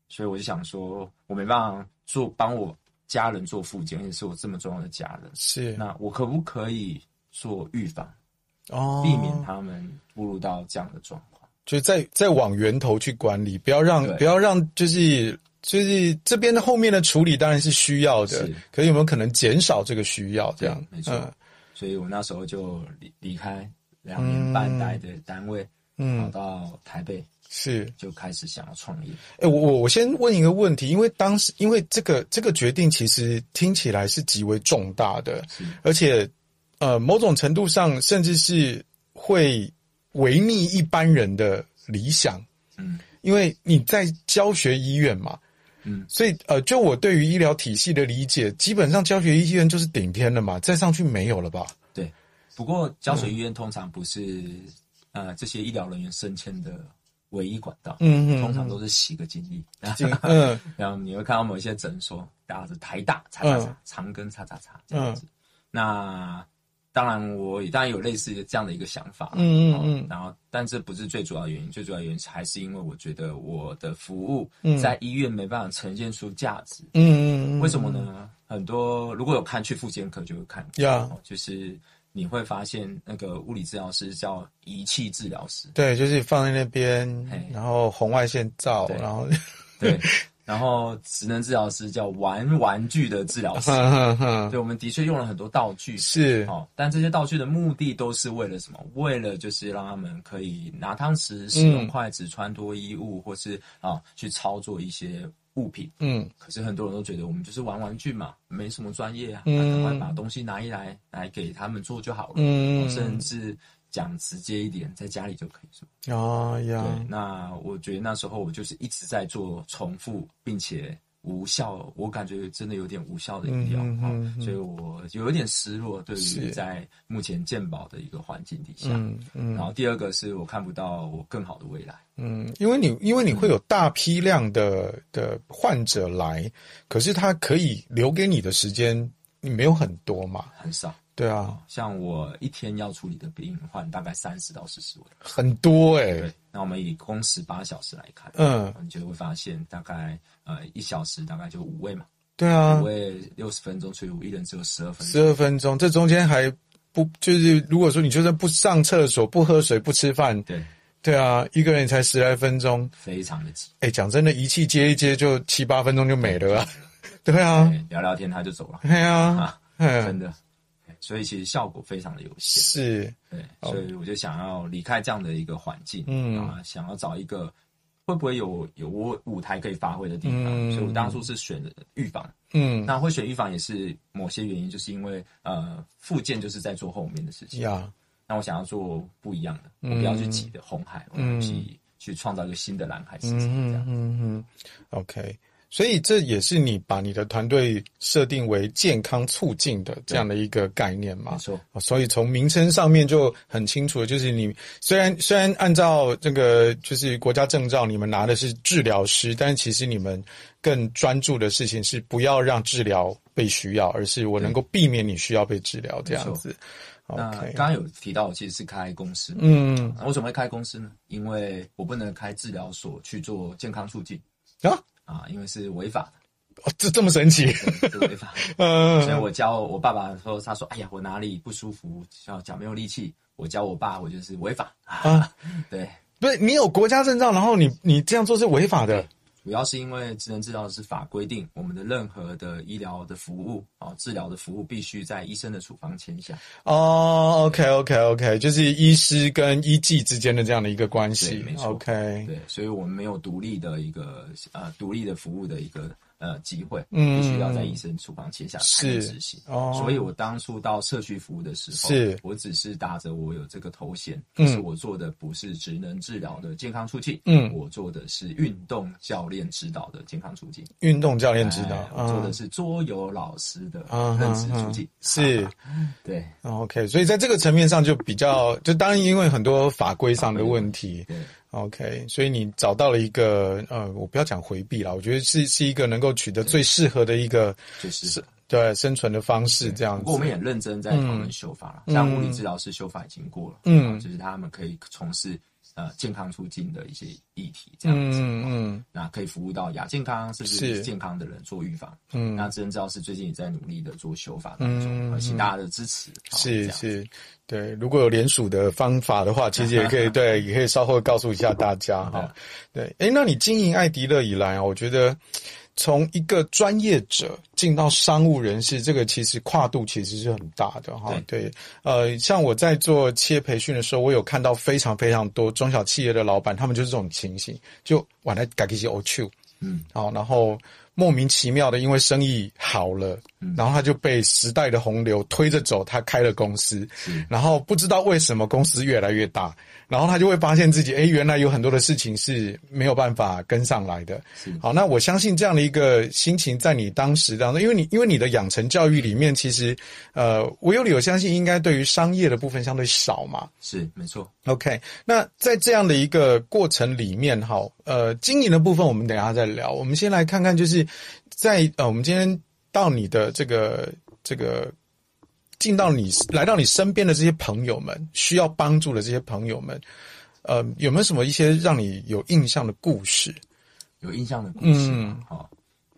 [SPEAKER 2] 所以我就想说，我没办法做帮我家人做复健，也是我这么重要的家人，
[SPEAKER 1] 是
[SPEAKER 2] 那我可不可以做预防，
[SPEAKER 1] 哦，
[SPEAKER 2] 避免，他们步入到这样的状况？
[SPEAKER 1] 就在在往源头去管理，不要让
[SPEAKER 2] 对
[SPEAKER 1] 不要让就是。就是这边的后面的处理当然是需要的
[SPEAKER 2] 是，
[SPEAKER 1] 可是有没有可能减少这个需要？这样
[SPEAKER 2] 对，没错所以我那时候就离离开两年半待的单位，跑
[SPEAKER 1] 嗯嗯，嗯，
[SPEAKER 2] 到台北
[SPEAKER 1] 是。
[SPEAKER 2] 就开始想要创业。
[SPEAKER 1] 哎、我我我先问一个问题，因为当时因为这个这个决定其实听起来是极为重大的，
[SPEAKER 2] 是
[SPEAKER 1] 而且呃某种程度上甚至是会违逆一般人的理想，
[SPEAKER 2] 嗯
[SPEAKER 1] 因为你在教学医院嘛，
[SPEAKER 2] 嗯，
[SPEAKER 1] 所以呃就我对于医疗体系的理解，基本上教学医院就是顶天了嘛，再上去没有了吧？
[SPEAKER 2] 对，不过胶
[SPEAKER 1] 嗯
[SPEAKER 2] 水医院通常不是、呃这些医疗人员升迁的唯一管道，
[SPEAKER 1] 嗯嗯，
[SPEAKER 2] 通常都是洗个精力。
[SPEAKER 1] 进嗯
[SPEAKER 2] 然后你会看到某一些诊所打着台大叉叉
[SPEAKER 1] 嗯
[SPEAKER 2] 叉长庚叉叉叉这样子。那当然，我也当然有类似这样的一个想法。
[SPEAKER 1] 嗯嗯
[SPEAKER 2] 哦
[SPEAKER 1] 嗯
[SPEAKER 2] 然后，但这不是最主要的原因，最主要的原因还是因为我觉得我的服务
[SPEAKER 1] 嗯
[SPEAKER 2] 在医院没办法呈现出价值。
[SPEAKER 1] 嗯嗯，
[SPEAKER 2] 为什么？呢？很多如果有看去复健科就会看
[SPEAKER 1] Yeah
[SPEAKER 2] 哦就是你会发现那个物理治疗师叫仪器治疗 师，
[SPEAKER 1] 对，就是放在那边
[SPEAKER 2] 嘿，
[SPEAKER 1] 然后红外线照，
[SPEAKER 2] 对
[SPEAKER 1] 然后
[SPEAKER 2] 对，然后职能治疗师叫玩玩具的治疗师，
[SPEAKER 1] 哼哼哼，
[SPEAKER 2] 对，我们的确用了很多道具，
[SPEAKER 1] 啊 是，
[SPEAKER 2] 哦，但这些道具的目的都是为了什么？为了就是让他们可以拿汤匙、使
[SPEAKER 1] 嗯
[SPEAKER 2] 用筷子、穿脱衣物，或是啊、去操作一些物品。
[SPEAKER 1] 嗯
[SPEAKER 2] 可是很多人都觉得我们就是玩玩具嘛，没什么专业啊，那
[SPEAKER 1] 嗯
[SPEAKER 2] 赶、快把东西拿一来，来给他们做就好了。哦甚
[SPEAKER 1] 嗯，
[SPEAKER 2] 至讲直接一点，在家里就可以做。
[SPEAKER 1] 哦呀，
[SPEAKER 2] 对，那我觉得那时候我就是一直在做重复，并且无效，我感觉真的有点无效的医疗
[SPEAKER 1] 嗯嗯
[SPEAKER 2] 哈
[SPEAKER 1] 嗯嗯
[SPEAKER 2] 所以我有一点失落，对于
[SPEAKER 1] 是
[SPEAKER 2] 在目前健保的一个环境底下。
[SPEAKER 1] 嗯嗯
[SPEAKER 2] 然后第二个是我看不到我更好的未来，
[SPEAKER 1] 嗯，因为你因为你会
[SPEAKER 2] 嗯
[SPEAKER 1] 有大批量的的患者来，可是他可以留给你的时间，你没有很多嘛，
[SPEAKER 2] 很少。
[SPEAKER 1] 对啊，
[SPEAKER 2] 像我一天要处理的病患大概三十到四十位，
[SPEAKER 1] 很多哎、
[SPEAKER 2] 对。那我们以工时八小时来看，
[SPEAKER 1] 嗯，
[SPEAKER 2] 你就会发现大概呃一小时大概就五位嘛，
[SPEAKER 1] 对啊
[SPEAKER 2] 五，位六十分钟除以五，一人只有十二分
[SPEAKER 1] 十
[SPEAKER 2] 钟。
[SPEAKER 1] 二分钟，这中间还不就是如果说你就算不上厕所、不喝水、不吃饭，
[SPEAKER 2] 对，
[SPEAKER 1] 对啊，一个人才十来分钟，
[SPEAKER 2] 非常的急。
[SPEAKER 1] 哎，讲真的，仪器接一接就七八分钟就没了啊，对啊，
[SPEAKER 2] 对，哎聊聊天他就走了，
[SPEAKER 1] 对啊
[SPEAKER 2] 啊，真
[SPEAKER 1] 嗯，
[SPEAKER 2] 的。哎所以其实效果非常的有限，
[SPEAKER 1] 是，
[SPEAKER 2] 对，
[SPEAKER 1] 哦
[SPEAKER 2] 所以我就想要离开这样的一个环境，
[SPEAKER 1] 嗯
[SPEAKER 2] 啊，想要找一个会不会有有我舞台可以发挥的地方，
[SPEAKER 1] 嗯
[SPEAKER 2] 所以我当初是选的预防。
[SPEAKER 1] 嗯，
[SPEAKER 2] 那会选预防也是某些原因，就是因为呃，复健就是在做后面的事情，
[SPEAKER 1] 呀，
[SPEAKER 2] 那我想要做不一样的，
[SPEAKER 1] 嗯
[SPEAKER 2] 我不要去挤的红海，我
[SPEAKER 1] 嗯
[SPEAKER 2] 要去去创造一个新的蓝海市场，这
[SPEAKER 1] 嗯嗯
[SPEAKER 2] 样
[SPEAKER 1] 嗯嗯，OK。所以这也是你把你的团队设定为健康促进的这样的一个概念嘛
[SPEAKER 2] 没？错，
[SPEAKER 1] 哦所以从名称上面就很清楚了，就是你虽然虽然按照这个就是国家证照，你们拿的是治疗师，但其实你们更专注的事情是不要让治疗被需要，而是我能够避免你需要被治疗这样子。
[SPEAKER 2] 那
[SPEAKER 1] OK，
[SPEAKER 2] 刚刚有提到，我其实是开公司嘛，
[SPEAKER 1] 嗯
[SPEAKER 2] 那为什么会开公司呢？因为我不能开治疗所去做健康促进
[SPEAKER 1] 啊，
[SPEAKER 2] 啊，因为是违法
[SPEAKER 1] 哦这这么神奇，
[SPEAKER 2] 的，对是违法的。所 以
[SPEAKER 1] 嗯
[SPEAKER 2] 我教我爸爸说，他说：“哎呀，我哪里不舒服，脚脚没有力气。”我教我爸，我就是违法啊。 对，
[SPEAKER 1] 不是你有国家证照，然后你你这样做是违法的。
[SPEAKER 2] 主要是因为职能治疗师法规定，我们的任何的医疗的服务啊，治疗的服务必须在医生的处方签下。
[SPEAKER 1] 哦、o k OK OK，就是医师跟医技之间的这样的一个关
[SPEAKER 2] 对
[SPEAKER 1] 系
[SPEAKER 2] 没。错
[SPEAKER 1] OK，
[SPEAKER 2] 对，所以我们没有独立的一个呃独立的服务的一个呃机会，
[SPEAKER 1] 嗯
[SPEAKER 2] 必须要在医生处方签下才能执行。
[SPEAKER 1] 哦
[SPEAKER 2] 所以我当初到社区服务的时候，
[SPEAKER 1] 是
[SPEAKER 2] 我只是打着我有这个头衔，
[SPEAKER 1] 嗯
[SPEAKER 2] 可是我做的不是职能治疗的健康促进，
[SPEAKER 1] 嗯
[SPEAKER 2] 我做的是运动教练指导的健康促进，
[SPEAKER 1] 运动教练指导
[SPEAKER 2] 哎，我
[SPEAKER 1] 嗯
[SPEAKER 2] 做的是桌游老师的
[SPEAKER 1] 啊
[SPEAKER 2] 认知促进，
[SPEAKER 1] 是哦
[SPEAKER 2] 对
[SPEAKER 1] OK，所以在这个层面上就比较，就当然因为很多法规上的问题
[SPEAKER 2] 嗯对。
[SPEAKER 1] ，OK，所以你找到了一个呃，我不要讲回避啦，我觉得是是一个能够取得最适合的一个
[SPEAKER 2] 就是
[SPEAKER 1] 对生存的方式，这样
[SPEAKER 2] 不
[SPEAKER 1] 子。
[SPEAKER 2] 过我们也认真在讨论修法了，
[SPEAKER 1] 嗯
[SPEAKER 2] 像物理治疗师修法已经过了，
[SPEAKER 1] 嗯
[SPEAKER 2] 啊就是他们可以从事呃健康促进的一些议题这样子，
[SPEAKER 1] 嗯嗯
[SPEAKER 2] 那可以服务到亚健康甚
[SPEAKER 1] 是
[SPEAKER 2] 至健康的人做预防。
[SPEAKER 1] 嗯，
[SPEAKER 2] 那智能治疗师最近也在努力的做修法当中，呃请大家的支持。好
[SPEAKER 1] 是，是，对，如果有联署的方法的话，其实也可以对，也可以稍后告诉一下大家哈。对，诶，那你经营艾迪乐以来啊，我觉得从一个专业者进到商务人士，这个其实跨度其实是很大的哈。对，呃，像我在做企业培训的时候，我有看到非常非常多中小企业的老板，他们就是这种情形，就晚来改一些 O 去，
[SPEAKER 2] 嗯，
[SPEAKER 1] 好，然后莫名其妙的因为生意好了，
[SPEAKER 2] 嗯
[SPEAKER 1] 然后他就被时代的洪流推着走，他开了公司，
[SPEAKER 2] 是
[SPEAKER 1] 然后不知道为什么公司越来越大，然后他就会发现自己，诶，原来有很多的事情是没有办法跟上来的。
[SPEAKER 2] 是
[SPEAKER 1] 好，那我相信这样的一个心情，在你当时当中，因为你因为你的养成教育里面，其实呃，我有理由相信，应该对于商业的部分相对少嘛。
[SPEAKER 2] 是没错，
[SPEAKER 1] OK，那在这样的一个过程里面，哈，呃，经营的部分我们等一下再聊。我们先来看看，就是在呃，我们今天到你的这个这个进到你来到你身边的这些朋友们，需要帮助的这些朋友们，呃，有没有什么一些让你有印象的故事？
[SPEAKER 2] 有印象的故事嘛
[SPEAKER 1] 嗯
[SPEAKER 2] 哈、哦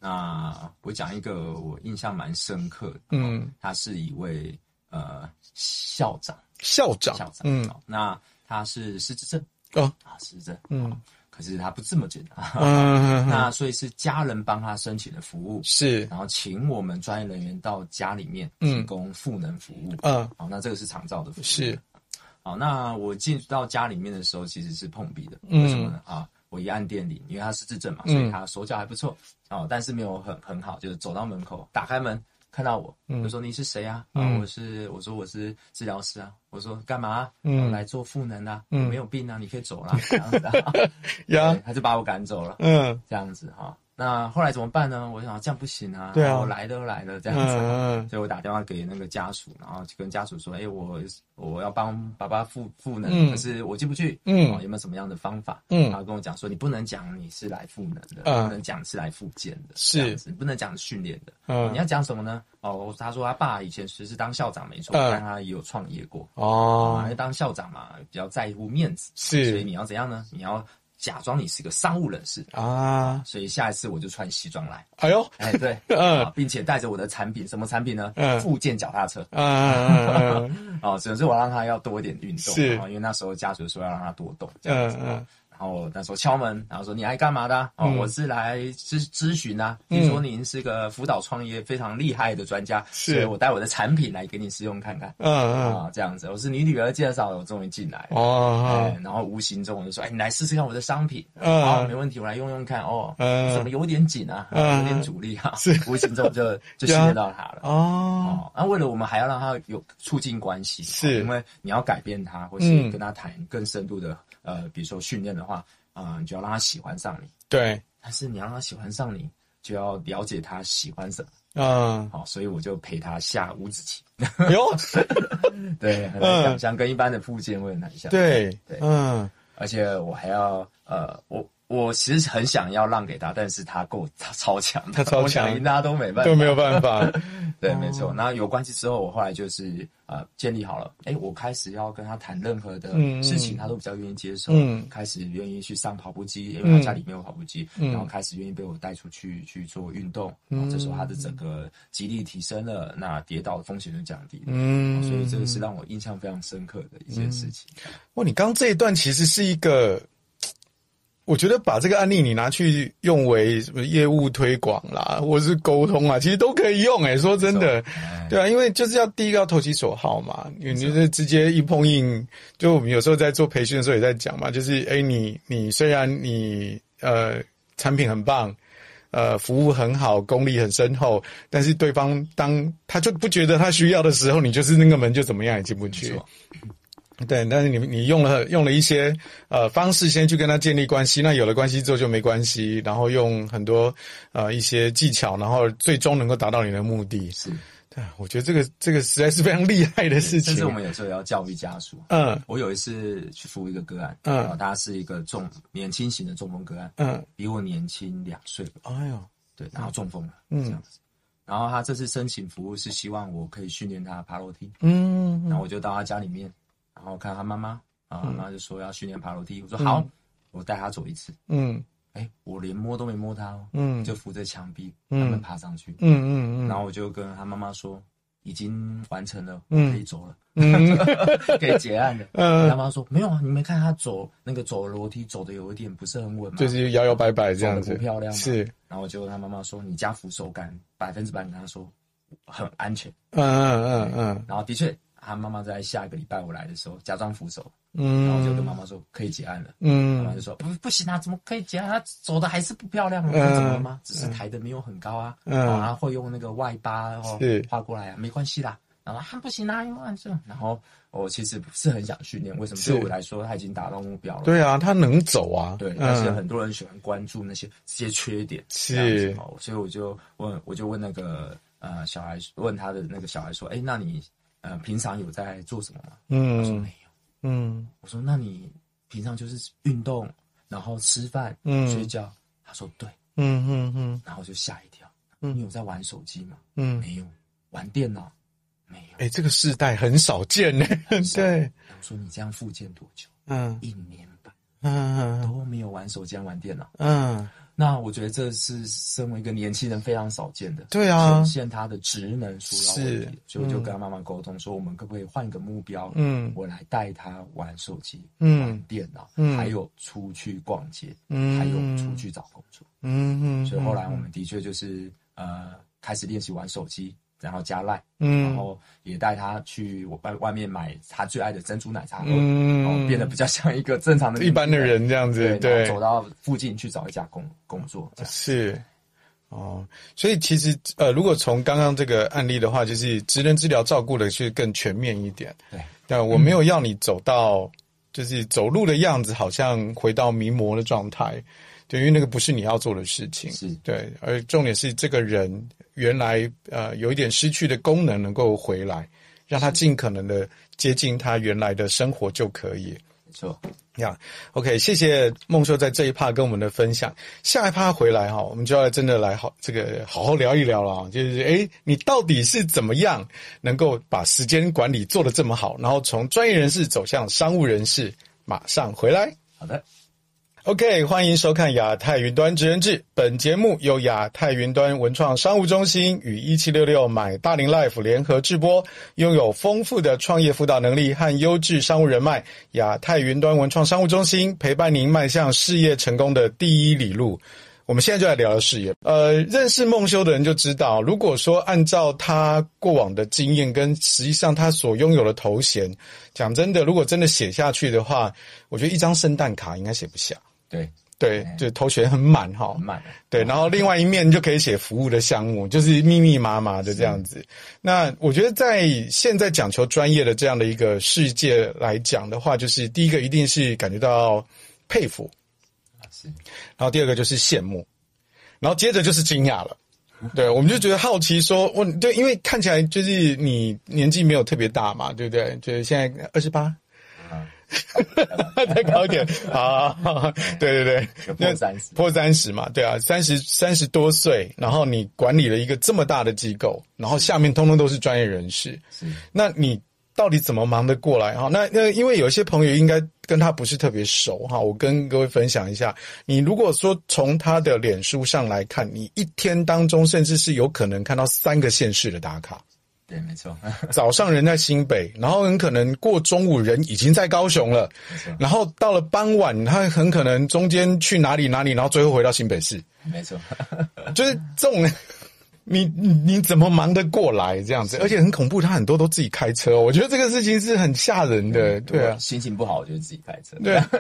[SPEAKER 2] 那我讲一个我印象蛮深刻的，
[SPEAKER 1] 嗯
[SPEAKER 2] 哦，他是一位呃校长，
[SPEAKER 1] 校长，
[SPEAKER 2] 校长，
[SPEAKER 1] 嗯，
[SPEAKER 2] 哦，那他是失智症
[SPEAKER 1] 哦，
[SPEAKER 2] 啊，失智症，
[SPEAKER 1] 嗯
[SPEAKER 2] 可是他不这么简单，
[SPEAKER 1] 嗯，
[SPEAKER 2] 那所以是家人帮他申请的服务，
[SPEAKER 1] 是，
[SPEAKER 2] 然后请我们专业人员到家里面
[SPEAKER 1] 嗯
[SPEAKER 2] 提供赋能服务。
[SPEAKER 1] 嗯，
[SPEAKER 2] 好，哦那这个是长照的服务。
[SPEAKER 1] 是。
[SPEAKER 2] 好，那我进到家里面的时候其实是碰壁的，
[SPEAKER 1] 嗯
[SPEAKER 2] 为什么呢？啊，我一按电铃，因为他是智症嘛，
[SPEAKER 1] 嗯
[SPEAKER 2] 所以他手脚还不错，哦，但是没有很很好，就是走到门口打开门。看到我，
[SPEAKER 1] 嗯
[SPEAKER 2] 就说你是谁啊？
[SPEAKER 1] 嗯
[SPEAKER 2] 啊，我是，我说我是治疗师啊。我说干嘛、啊？
[SPEAKER 1] 嗯
[SPEAKER 2] 我来做赋能啊。
[SPEAKER 1] 嗯
[SPEAKER 2] 我没有病啊，你可以走啦。这样 子啊
[SPEAKER 1] 呀
[SPEAKER 2] 对，他就把我赶走了。
[SPEAKER 1] 嗯，
[SPEAKER 2] 这样子哈。那后来怎么办呢？我想这样不行啊，
[SPEAKER 1] 对啊
[SPEAKER 2] 我来都来了这样子，啊
[SPEAKER 1] 嗯
[SPEAKER 2] 所以我打电话给那个家属，然后就跟家属说，哎、我我要帮爸爸赋赋能，
[SPEAKER 1] 嗯
[SPEAKER 2] 可是我进不去，
[SPEAKER 1] 嗯
[SPEAKER 2] 哦，有没有什么样的方法？
[SPEAKER 1] 嗯
[SPEAKER 2] 然后跟我讲说，你不能讲你是来赋能的，
[SPEAKER 1] 嗯
[SPEAKER 2] 不能讲是来复健的，
[SPEAKER 1] 是
[SPEAKER 2] 这样子，不能讲训练的。
[SPEAKER 1] 嗯
[SPEAKER 2] 你要讲什么呢？哦，他说他爸以前是是当校长没错，
[SPEAKER 1] 嗯
[SPEAKER 2] 但他也有创业过，
[SPEAKER 1] 哦
[SPEAKER 2] 啊，因为，当校长嘛，比较在乎面子，所以
[SPEAKER 1] 是
[SPEAKER 2] 你要怎样呢？你要假装你是个商务人士，
[SPEAKER 1] 啊，
[SPEAKER 2] 所以下一次我就穿西装来，
[SPEAKER 1] 哎呦，
[SPEAKER 2] 哎，对，
[SPEAKER 1] 嗯
[SPEAKER 2] 啊并且带着我的产品，什么产品呢？
[SPEAKER 1] 嗯
[SPEAKER 2] 附件脚踏车
[SPEAKER 1] 嗯嗯嗯
[SPEAKER 2] 哦，只能是我让他要多一点运动，
[SPEAKER 1] 是
[SPEAKER 2] 啊因为那时候家属说要让他多动，这样
[SPEAKER 1] 嗯
[SPEAKER 2] 子。
[SPEAKER 1] 嗯
[SPEAKER 2] 然后那时候敲门，然后说你来干嘛的啊、哦，
[SPEAKER 1] 嗯
[SPEAKER 2] 我是来咨咨询啊，
[SPEAKER 1] 嗯
[SPEAKER 2] 听说您是个辅导创业非常厉害的专家，
[SPEAKER 1] 是
[SPEAKER 2] 所以我带我的产品来给你试用看看
[SPEAKER 1] 嗯嗯，
[SPEAKER 2] 啊，这样子。我是你女儿介绍的，我终于进来了。哎
[SPEAKER 1] 哦，，
[SPEAKER 2] 然后无形中我就说，哎，你来试试看我的商品，
[SPEAKER 1] 嗯
[SPEAKER 2] 好，没问题，我来用用看，哦，
[SPEAKER 1] 嗯
[SPEAKER 2] 怎么有点紧啊，
[SPEAKER 1] 嗯
[SPEAKER 2] 有点阻力啊
[SPEAKER 1] 是，
[SPEAKER 2] 无形中 就就
[SPEAKER 1] 呀
[SPEAKER 2] 信任到他了。
[SPEAKER 1] 哦，
[SPEAKER 2] 哦，那为了我们还要让他有促进关系，哦
[SPEAKER 1] 是
[SPEAKER 2] 因为你要改变他，或是
[SPEAKER 1] 嗯
[SPEAKER 2] 跟他谈更深度的，呃，比如说训练的话，啊，你就要让他喜欢上你，
[SPEAKER 1] 对，
[SPEAKER 2] 但是你要让他喜欢上你，就要了解他喜欢什么。
[SPEAKER 1] 嗯，
[SPEAKER 2] 好，所以我就陪他下五子棋，
[SPEAKER 1] 哎呦，
[SPEAKER 2] 对，很
[SPEAKER 1] 嗯
[SPEAKER 2] 难想象，跟一般的附件会很难 想象。
[SPEAKER 1] 对，嗯，
[SPEAKER 2] 而且我还要呃，我我其实很想要让给他，但是他够他超强
[SPEAKER 1] 他
[SPEAKER 2] 的，
[SPEAKER 1] 超强
[SPEAKER 2] 我想赢他都没办
[SPEAKER 1] 都
[SPEAKER 2] 法。
[SPEAKER 1] 没有办法，
[SPEAKER 2] 对，没错。然后有关系之后，我后来就是呃建立好了，哎，我开始要跟他谈任何的
[SPEAKER 1] 嗯
[SPEAKER 2] 事情，
[SPEAKER 1] 嗯
[SPEAKER 2] 他都比较愿意接受，
[SPEAKER 1] 嗯
[SPEAKER 2] 开始愿意去上跑步机，因
[SPEAKER 1] 嗯
[SPEAKER 2] 为他家里没有跑步机，
[SPEAKER 1] 嗯
[SPEAKER 2] 然后开始愿意被我带出去去做运动，然后这时候他的整个肌力提升了，那跌倒的风险就降低了。哦
[SPEAKER 1] 嗯，
[SPEAKER 2] 所以这个是让我印象非常深刻的一件事情。
[SPEAKER 1] 哇，你刚刚这一段其实是一个，我觉得把这个案例你拿去用为什么业务推广啦，或是沟通啊，其实都可以用、欸。说真的，
[SPEAKER 2] 哎
[SPEAKER 1] 对啊，因为就是要第一个要投其所好嘛，你你就是直接一碰硬。就我们有时候在做培训的时候也在讲嘛，就是哎、诶你你虽然你呃产品很棒。呃，服务很好，功力很深厚，但是对方当他就不觉得他需要的时候，你就是那个门就怎么样也进不去
[SPEAKER 2] 没。错
[SPEAKER 1] 对，但是你你用了用了一些呃方式先去跟他建立关系，那有了关系之后就没关系，然后用很多呃一些技巧，然后最终能够达到你的目的。
[SPEAKER 2] 是。
[SPEAKER 1] 对，我觉得这个这个实在是非常厉害的事情。
[SPEAKER 2] 甚至我们有时候也要教育家属。
[SPEAKER 1] 嗯
[SPEAKER 2] 我有一次去服务一个个案，
[SPEAKER 1] 嗯
[SPEAKER 2] 然后他是一个中年轻型的中风个案，
[SPEAKER 1] 嗯，
[SPEAKER 2] 比我年轻两岁吧，
[SPEAKER 1] 哎呦，
[SPEAKER 2] 对，然后中风了，
[SPEAKER 1] 嗯
[SPEAKER 2] 这样子。然后他这次申请服务是希望我可以训练他爬楼梯，
[SPEAKER 1] 嗯，
[SPEAKER 2] 然后我就到他家里面，然后看他妈妈，啊，他妈妈就说要训练爬楼梯，我说好，我带他走一次，
[SPEAKER 1] 嗯
[SPEAKER 2] 哎，我连摸都没摸他哦，
[SPEAKER 1] 嗯
[SPEAKER 2] 就扶着墙壁，他
[SPEAKER 1] 嗯
[SPEAKER 2] 们爬上去，
[SPEAKER 1] 嗯嗯嗯，
[SPEAKER 2] 然后我就跟他妈妈说，已经完成了，我
[SPEAKER 1] 嗯
[SPEAKER 2] 可以走了，
[SPEAKER 1] 嗯
[SPEAKER 2] 可以结案了。他
[SPEAKER 1] 嗯，
[SPEAKER 2] 妈说没有啊，你没看他走那个走楼梯走的有一点不是很稳嘛，
[SPEAKER 1] 就是摇摇摆摆这样
[SPEAKER 2] 走
[SPEAKER 1] 子，
[SPEAKER 2] 得不漂亮嘛
[SPEAKER 1] 是，
[SPEAKER 2] 然后结果他妈妈说你家扶手感百分之百，你跟他说很安全，
[SPEAKER 1] 嗯嗯嗯嗯，
[SPEAKER 2] 然后的确。啊，妈妈在下一个礼拜我来的时候假装扶手，
[SPEAKER 1] 嗯，
[SPEAKER 2] 然后就跟妈妈说可以结案了。妈妈
[SPEAKER 1] 嗯
[SPEAKER 2] 就说不不行啊，怎么可以结案？她走的还是不漂亮啊，
[SPEAKER 1] 嗯
[SPEAKER 2] 怎么了吗？只是抬的没有很高啊，
[SPEAKER 1] 嗯
[SPEAKER 2] 啊会用那个外八然后
[SPEAKER 1] 是
[SPEAKER 2] 画过来啊，没关系啦。然后啊不行啊，因为这样然后哦我其实不是很想训练，为什么？
[SPEAKER 1] 是
[SPEAKER 2] 对我来说他已经达到目标了。
[SPEAKER 1] 对啊，他能走啊，
[SPEAKER 2] 对，但是
[SPEAKER 1] 嗯
[SPEAKER 2] 很多人喜欢关注那些这些缺点，
[SPEAKER 1] 是
[SPEAKER 2] 这样子哦，所以我就问，我就问那个呃小孩，问他的那个小孩说，哎，那你呃平常有在做什么吗？他说
[SPEAKER 1] 嗯
[SPEAKER 2] 没有。
[SPEAKER 1] 嗯
[SPEAKER 2] 我说那你平常就是运动，然后吃饭、
[SPEAKER 1] 嗯
[SPEAKER 2] 睡觉。他说对，
[SPEAKER 1] 嗯嗯嗯
[SPEAKER 2] 然后我就吓一跳。
[SPEAKER 1] 嗯
[SPEAKER 2] 你有在玩手机吗？
[SPEAKER 1] 嗯，
[SPEAKER 2] 没有，玩电脑没 有。
[SPEAKER 1] 哎，这个世代很少见呢， 对，
[SPEAKER 2] 我说你这样复健多久？
[SPEAKER 1] 嗯
[SPEAKER 2] 一年半
[SPEAKER 1] 嗯
[SPEAKER 2] 都没有玩手机、玩电脑。
[SPEAKER 1] 嗯，
[SPEAKER 2] 那我觉得这是身为一个年轻人非常少见的，
[SPEAKER 1] 对啊
[SPEAKER 2] 显现他的职能出了问
[SPEAKER 1] 是
[SPEAKER 2] 题，所以我就跟他妈妈沟通说，我们可不可以换一个目标？
[SPEAKER 1] 嗯
[SPEAKER 2] 我来带他玩手机、玩
[SPEAKER 1] 嗯
[SPEAKER 2] 电脑，
[SPEAKER 1] 嗯
[SPEAKER 2] 还有出去逛街，
[SPEAKER 1] 嗯
[SPEAKER 2] 还有出去找工作。
[SPEAKER 1] 嗯嗯，
[SPEAKER 2] 所以后来我们的确就是呃开始练习玩手机，然后加赖，
[SPEAKER 1] 嗯，
[SPEAKER 2] 然后也带他去我外外面买他最爱的珍珠奶茶喝，
[SPEAKER 1] 嗯
[SPEAKER 2] 然后变得比较像一个正常的
[SPEAKER 1] 一般的人这样子，
[SPEAKER 2] 对，然
[SPEAKER 1] 对
[SPEAKER 2] 后，走到附近去找一家工工作，这样
[SPEAKER 1] 是。哦，所以其实呃，如果从刚刚这个案例的话，就是职能治疗照顾的是更全面一点。
[SPEAKER 2] 对，
[SPEAKER 1] 但我没有要你走到、就是走路的样子，好像回到迷魔的状态，对，因为那个不是你要做的事情。
[SPEAKER 2] 是
[SPEAKER 1] 对，而重点是这个人原来呃有一点失去的功能能够回来，让他尽可能的接近他原来的生活就可以。
[SPEAKER 2] 没错。
[SPEAKER 1] 呀、yeah,，OK，谢谢孟秀在这一趴跟我们的分享。下一趴回来哈、我们就要真的来好这个好好聊一聊了啊，就是诶，你到底是怎么样能够把时间管理做得这么好，然后从专业人士走向商务人士？马上回来。
[SPEAKER 2] 好的，
[SPEAKER 1] OK，欢迎收看亚太云端职人志。本节目由亚太云端文创商务中心与一七六六买大龄 Life 联合制播。拥有丰富的创业辅导能力和优质商务人脉，亚太云端文创商务中心陪伴您迈向事业成功的第一里路。我们现在就来聊聊事业。呃，认识孟修的人就知道，如果说按照他过往的经验跟实际上他所拥有的头衔，讲真的，如果真的写下去的话，我觉得一张圣诞卡应该写不下。
[SPEAKER 2] 对，
[SPEAKER 1] 对，就头衔很满哦哈
[SPEAKER 2] 很，慢，
[SPEAKER 1] 对，然后另外一面就可以写服务的项目，就是密密麻麻的这样子。那我觉得在现在讲求专业的这样的一个世界来讲的话，就是第一个一定是感觉到佩服，
[SPEAKER 2] 是
[SPEAKER 1] 然后第二个就是羡慕，然后接着就是惊讶了。对，我们就觉得好奇说，我对，因为看起来就是你年纪没有特别大嘛，对不对？就是现在二十八，
[SPEAKER 2] 啊，
[SPEAKER 1] 再高一点啊， 对对对，
[SPEAKER 2] 有破三十，
[SPEAKER 1] 破三十嘛，对啊，三十三十多岁，然后你管理了一个这么大的机构，然后下面通通都是专业人士，
[SPEAKER 2] 是
[SPEAKER 1] 那你到底怎么忙得过来哈？那那因为有些朋友应该跟他不是特别熟哈，我跟各位分享一下，你如果说从他的脸书上来看，你一天当中甚至是有可能看到三个县市的打卡，
[SPEAKER 2] 对，没错，
[SPEAKER 1] 早上人在新北，然后很可能过中午人已经在高雄了
[SPEAKER 2] 错，
[SPEAKER 1] 然后到了傍晚他很可能中间去哪里哪里，然后最后回到新北市。
[SPEAKER 2] 没错，
[SPEAKER 1] 就是这种， 你你你怎么忙得过来这样子？而且很恐怖，他很多都自己开车哦、我觉得这个事情是很吓人的，对
[SPEAKER 2] 如
[SPEAKER 1] 啊
[SPEAKER 2] 果，心情不好我就自己开车，
[SPEAKER 1] 对啊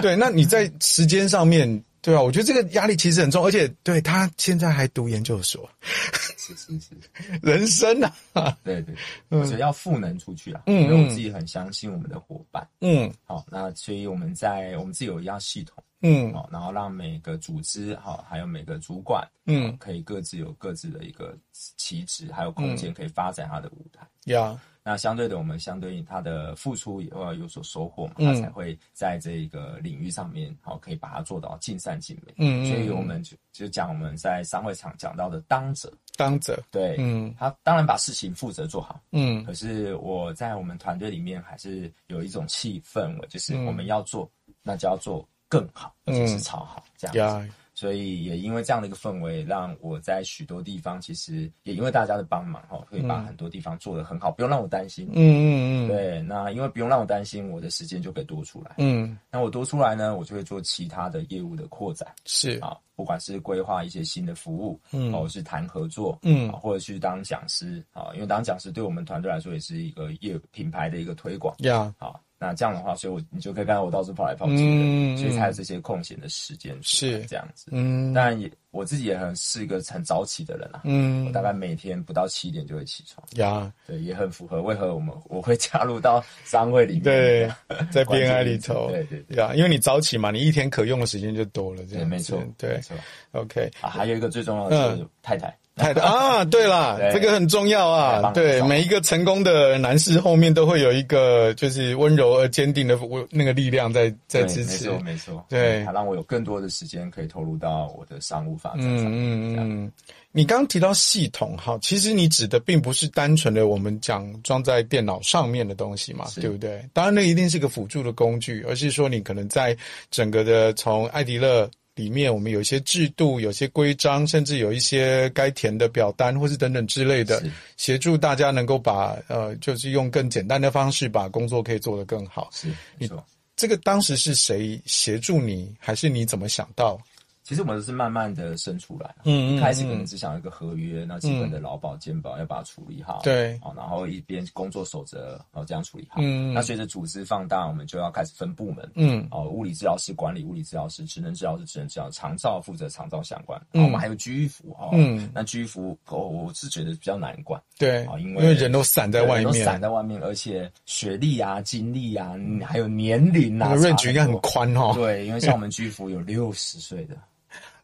[SPEAKER 1] 对。那你在时间上面，对啊，我觉得这个压力其实很重，而且对他现在还读研究所，
[SPEAKER 2] 是是是，
[SPEAKER 1] 人生啊，
[SPEAKER 2] 对对，我觉得要赋能出去啊，因为我自己很相信我们的伙伴，
[SPEAKER 1] 嗯
[SPEAKER 2] 好，那所以我们在我们自己有一样系统，
[SPEAKER 1] 嗯
[SPEAKER 2] 好，然后让每个组织好，还有每个主管
[SPEAKER 1] 嗯
[SPEAKER 2] 可以各自有各自的一个旗帜，还有空
[SPEAKER 1] 嗯
[SPEAKER 2] 间可以发展他的舞台。
[SPEAKER 1] 呀，
[SPEAKER 2] 那相对的，我们相对应他的付出也要有所收获嘛，
[SPEAKER 1] 嗯
[SPEAKER 2] 他才会在这一个领域上面，好、可以把它做到尽善尽美。
[SPEAKER 1] 嗯嗯
[SPEAKER 2] 所以我们就就讲我们在商会场讲到的当者，
[SPEAKER 1] 当着，
[SPEAKER 2] 对，
[SPEAKER 1] 嗯
[SPEAKER 2] 他当然把事情负责做好，
[SPEAKER 1] 嗯
[SPEAKER 2] 可是我在我们团队里面还是有一种
[SPEAKER 1] 嗯
[SPEAKER 2] 气氛，我就是我们要做，那就要做更好，而且是超好这样子。
[SPEAKER 1] 呀
[SPEAKER 2] 所以也因为这样的一个氛围，让我在许多地方其实也因为大家的帮忙哈，可以把
[SPEAKER 1] 嗯
[SPEAKER 2] 很多地方做得很好，不用让我担心。
[SPEAKER 1] 嗯嗯嗯，，
[SPEAKER 2] 对，那因为不用让我担心，我的时间就可以多出来。
[SPEAKER 1] 嗯
[SPEAKER 2] 那我多出来呢，我就会做其他的业务的扩展
[SPEAKER 1] 是，
[SPEAKER 2] 啊，不管是规划一些新的服务，啊
[SPEAKER 1] 嗯
[SPEAKER 2] 或者是谈合作，
[SPEAKER 1] 嗯
[SPEAKER 2] 啊，或者去当讲师啊，因为当讲师对我们团队来说也是一个业品牌的一个推广。
[SPEAKER 1] 呀，
[SPEAKER 2] 好，那这样的话，所以我你就可以看到我到处跑来跑去的，
[SPEAKER 1] 嗯
[SPEAKER 2] 所以
[SPEAKER 1] 嗯
[SPEAKER 2] 才有这些空闲的时间出来
[SPEAKER 1] 是
[SPEAKER 2] 这样子。
[SPEAKER 1] 嗯
[SPEAKER 2] 当然也我自己也很是一个很早起的人啊，我
[SPEAKER 1] 嗯
[SPEAKER 2] 大概每天不到七点就会起床，
[SPEAKER 1] 呀，
[SPEAKER 2] 对，也很符合为何我们我会加入到商会里面，
[SPEAKER 1] 对，在
[SPEAKER 2] 关键
[SPEAKER 1] BNI
[SPEAKER 2] 因
[SPEAKER 1] 里
[SPEAKER 2] 子
[SPEAKER 1] 头，
[SPEAKER 2] 对对对。
[SPEAKER 1] 呀，因为你早起嘛，你一天可用的时间就多了，这
[SPEAKER 2] 对，
[SPEAKER 1] 样
[SPEAKER 2] 没
[SPEAKER 1] 子
[SPEAKER 2] 错，没
[SPEAKER 1] 对嗯
[SPEAKER 2] 错
[SPEAKER 1] ，OK，
[SPEAKER 2] 啊，还有一个最重要的是太太，
[SPEAKER 1] 太 太啊，对啦，
[SPEAKER 2] 对
[SPEAKER 1] 这个很重要
[SPEAKER 2] 太
[SPEAKER 1] 啊。
[SPEAKER 2] 棒
[SPEAKER 1] 对，
[SPEAKER 2] 了
[SPEAKER 1] 每一个成功的男士后面都会有一个就是温柔而坚定的那个力量在在
[SPEAKER 2] 对
[SPEAKER 1] 支
[SPEAKER 2] 没
[SPEAKER 1] 持。
[SPEAKER 2] 错没错，嗯
[SPEAKER 1] 对
[SPEAKER 2] 它让我有更多的时间可以投入到我的商务发展上。
[SPEAKER 1] 嗯嗯
[SPEAKER 2] 这样
[SPEAKER 1] 嗯，你刚提到系统哈，其实你指的并不是单纯的我们讲装在电脑上面的东西嘛，
[SPEAKER 2] 是
[SPEAKER 1] 对不对？当然，那一定是个辅助的工具，而是说你可能在整个的从艾迪勒。里面我们有一些制度、有些规章，甚至有一些该填的表单，或是等等之类的
[SPEAKER 2] 是，
[SPEAKER 1] 协助大家能够把呃，就是用更简单的方式把工作可以做得更好。
[SPEAKER 2] 是没错。
[SPEAKER 1] 这个当时是谁协助你，还是你怎么想到？
[SPEAKER 2] 其实我们是慢慢的生出来，啊
[SPEAKER 1] 嗯嗯
[SPEAKER 2] 一开始可
[SPEAKER 1] 嗯
[SPEAKER 2] 能只想要一个合约，那基本的劳保、健保要把它处理好，
[SPEAKER 1] 对
[SPEAKER 2] 好，然后一边工作守则，然后这样处理好。
[SPEAKER 1] 嗯嗯
[SPEAKER 2] 那随着组织放大，我们就要开始分部门，
[SPEAKER 1] 嗯
[SPEAKER 2] 哦，物理治疗师管理物理治疗师，职能治疗师职能治疗师，长照负责长照相关，哦
[SPEAKER 1] 嗯
[SPEAKER 2] 然后我们还有居医服哦，
[SPEAKER 1] 嗯
[SPEAKER 2] 那居医服哦，我是觉得比较难管，
[SPEAKER 1] 对，
[SPEAKER 2] 哦因
[SPEAKER 1] 因
[SPEAKER 2] 为
[SPEAKER 1] 为人都散在外
[SPEAKER 2] 对都
[SPEAKER 1] 面，
[SPEAKER 2] 散在外面，而且学历啊、经历啊，嗯还有年龄
[SPEAKER 1] 那
[SPEAKER 2] 啊，
[SPEAKER 1] 个
[SPEAKER 2] 差
[SPEAKER 1] range 应该很
[SPEAKER 2] 多。
[SPEAKER 1] 宽哦。
[SPEAKER 2] 对，因为像我们居服有六十岁的，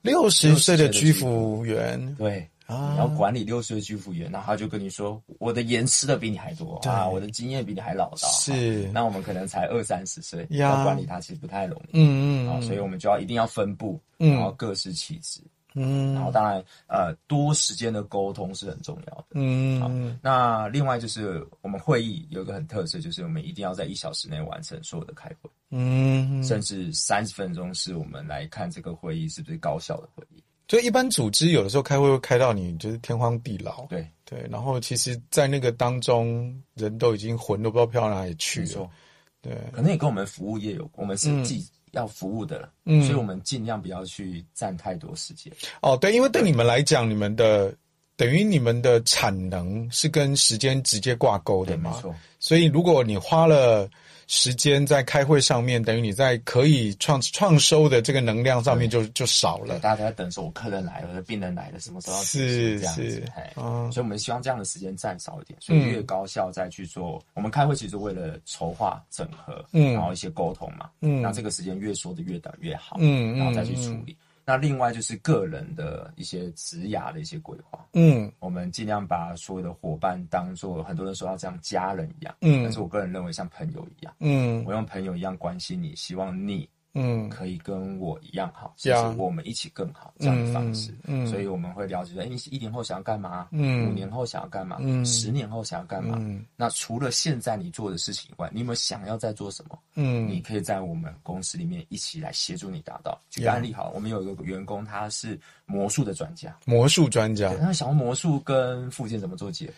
[SPEAKER 1] 六十岁的
[SPEAKER 2] 60岁的
[SPEAKER 1] 居
[SPEAKER 2] 居
[SPEAKER 1] 服员
[SPEAKER 2] 对，
[SPEAKER 1] 啊
[SPEAKER 2] 你要管理六十岁居服员，然后他就跟你说，我的盐吃的比你还多
[SPEAKER 1] 对
[SPEAKER 2] 啊，我的经验比你还老道。
[SPEAKER 1] 是
[SPEAKER 2] 啊那我们可能才二三十岁，
[SPEAKER 1] 呀
[SPEAKER 2] 要管理他其实不太容易
[SPEAKER 1] 嗯
[SPEAKER 2] 啊，
[SPEAKER 1] 嗯，
[SPEAKER 2] 所以我们就要一定要分布，
[SPEAKER 1] 嗯
[SPEAKER 2] 然后各司其职，
[SPEAKER 1] 嗯
[SPEAKER 2] 然后当然呃多时间的沟通是很重要的。
[SPEAKER 1] 嗯嗯
[SPEAKER 2] 那另外就是我们会议有一个很特色，就是我们一定要在一小时内完成所有的开会，
[SPEAKER 1] 嗯，
[SPEAKER 2] 甚至三十分钟是我们来看这个会议是不是高效的会议。
[SPEAKER 1] 就一般组织有的时候开会会开到你就是天荒地老，
[SPEAKER 2] 对，
[SPEAKER 1] 对，然后其实，在那个当中，人都已经魂都不知道飘到哪里去
[SPEAKER 2] 没
[SPEAKER 1] 了
[SPEAKER 2] 错，，
[SPEAKER 1] 对，
[SPEAKER 2] 可能也跟我们服务业有关，我们
[SPEAKER 1] 嗯
[SPEAKER 2] 是既要服务的人，
[SPEAKER 1] 嗯
[SPEAKER 2] 所以我们尽量不要去占太多时间。
[SPEAKER 1] 哦，对，因为对你们来讲，你们的等于你们的产能是跟时间直接挂钩的
[SPEAKER 2] 对，没
[SPEAKER 1] 嘛，
[SPEAKER 2] 错，
[SPEAKER 1] 所以，如果你花了时间在开会上面，等于你在可以创创收的这个能量上面就就少
[SPEAKER 2] 对，
[SPEAKER 1] 了。
[SPEAKER 2] 大家都在等说，我客人来了，我的病人来了，什么时候要
[SPEAKER 1] 是
[SPEAKER 2] 结束这样
[SPEAKER 1] 是
[SPEAKER 2] 子，哎，
[SPEAKER 1] 啊，
[SPEAKER 2] 所以我们希望这样的时间占少一点，所以越高效再去做。我们开会其实为了筹划、整合，
[SPEAKER 1] 嗯
[SPEAKER 2] 然后一些沟通嘛，
[SPEAKER 1] 嗯
[SPEAKER 2] 那这个时间越缩的越短越好，
[SPEAKER 1] 嗯嗯
[SPEAKER 2] 然后再去处理。那另外就是个人的一些职涯的一些规划，
[SPEAKER 1] 嗯
[SPEAKER 2] 我们尽量把所有的伙伴当做很多人说要像家人一样，
[SPEAKER 1] 嗯
[SPEAKER 2] 但是我个人认为像朋友一样，
[SPEAKER 1] 嗯
[SPEAKER 2] 我用朋友一样关心你，希望你
[SPEAKER 1] 嗯
[SPEAKER 2] 可以跟我一样好，就
[SPEAKER 1] 呀
[SPEAKER 2] 是我们一起更好这样的方式。
[SPEAKER 1] 嗯嗯嗯
[SPEAKER 2] 所以我们会了解，哎，你一年后想要干嘛？
[SPEAKER 1] 嗯
[SPEAKER 2] 五年后想要干嘛？
[SPEAKER 1] 嗯
[SPEAKER 2] 十年后想要干嘛？
[SPEAKER 1] 嗯
[SPEAKER 2] 那除了现在你做的事情以外，你有没有想要再做什么？你
[SPEAKER 1] 嗯
[SPEAKER 2] 可以在我们公司里面一起来协助你达到。举
[SPEAKER 1] Yeah
[SPEAKER 2] 个案例好了，我们有一个员工，他是魔术的专家，
[SPEAKER 1] 魔术专家
[SPEAKER 2] 对，他想要魔术跟附件怎么做结 合？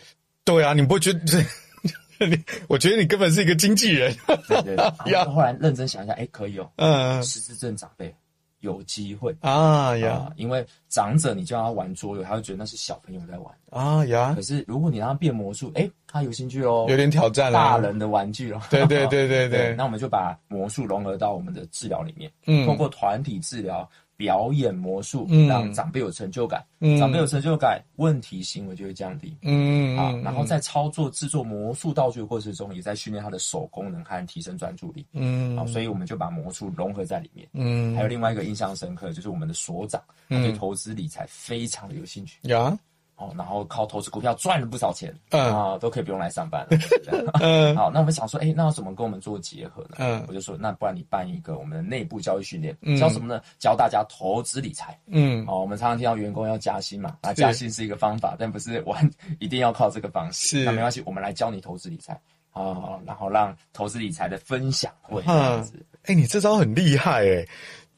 [SPEAKER 1] 对啊，你不觉得？ 你我觉得你根本是一个经纪 人。
[SPEAKER 2] 对对对。
[SPEAKER 1] Yeah
[SPEAKER 2] 然后后来认真想一下，哎，可以哦，
[SPEAKER 1] 嗯
[SPEAKER 2] 失智症长辈有机会。
[SPEAKER 1] 啊呀
[SPEAKER 2] 啊，因为长者你叫他玩桌游，他会觉得那是小朋友在玩。
[SPEAKER 1] 啊呀
[SPEAKER 2] 可，是如果你让他变魔术，哎，他有兴趣哦，
[SPEAKER 1] 有点挑战了。
[SPEAKER 2] 大人的玩具哦。
[SPEAKER 1] 对对对对对
[SPEAKER 2] 那我们就把魔术融合到我们的治疗里面，通
[SPEAKER 1] 嗯
[SPEAKER 2] 过团体治疗、表演魔术
[SPEAKER 1] 嗯，
[SPEAKER 2] 让长辈有成就感。
[SPEAKER 1] 嗯
[SPEAKER 2] 长辈有成就感，问题行为就会降低。
[SPEAKER 1] 嗯
[SPEAKER 2] 啊
[SPEAKER 1] 嗯，，
[SPEAKER 2] 然后在操作制作魔术道具的过程中，也在训练他的手功能和提升专注力。
[SPEAKER 1] 嗯
[SPEAKER 2] 啊，所以我们就把魔术融合在里面。
[SPEAKER 1] 嗯
[SPEAKER 2] 还有另外一个印象深刻，就是我们的所长，他对投资理财非常的有兴趣、
[SPEAKER 1] 呀
[SPEAKER 2] 哦，然后靠投资股票赚了不少钱，
[SPEAKER 1] 嗯
[SPEAKER 2] 啊，都可以不用来上班了。我觉得
[SPEAKER 1] 嗯
[SPEAKER 2] 好，那我们想说，哎，那要怎么跟我们做结合呢？
[SPEAKER 1] 嗯
[SPEAKER 2] 我就说，那不然你办一个我们的内部教育训练
[SPEAKER 1] 嗯，
[SPEAKER 2] 教什么呢？教大家投资理财。
[SPEAKER 1] 嗯
[SPEAKER 2] 哦，我们常常听到员工要加薪嘛，啊，加薪是一个方法，但不是完一定要靠这个方式。
[SPEAKER 1] 是
[SPEAKER 2] 那没关系，我们来教你投资理财。
[SPEAKER 1] 嗯
[SPEAKER 2] 哦，然后让投资理财的分享会这样子，
[SPEAKER 1] 哎、你这招很厉害哎、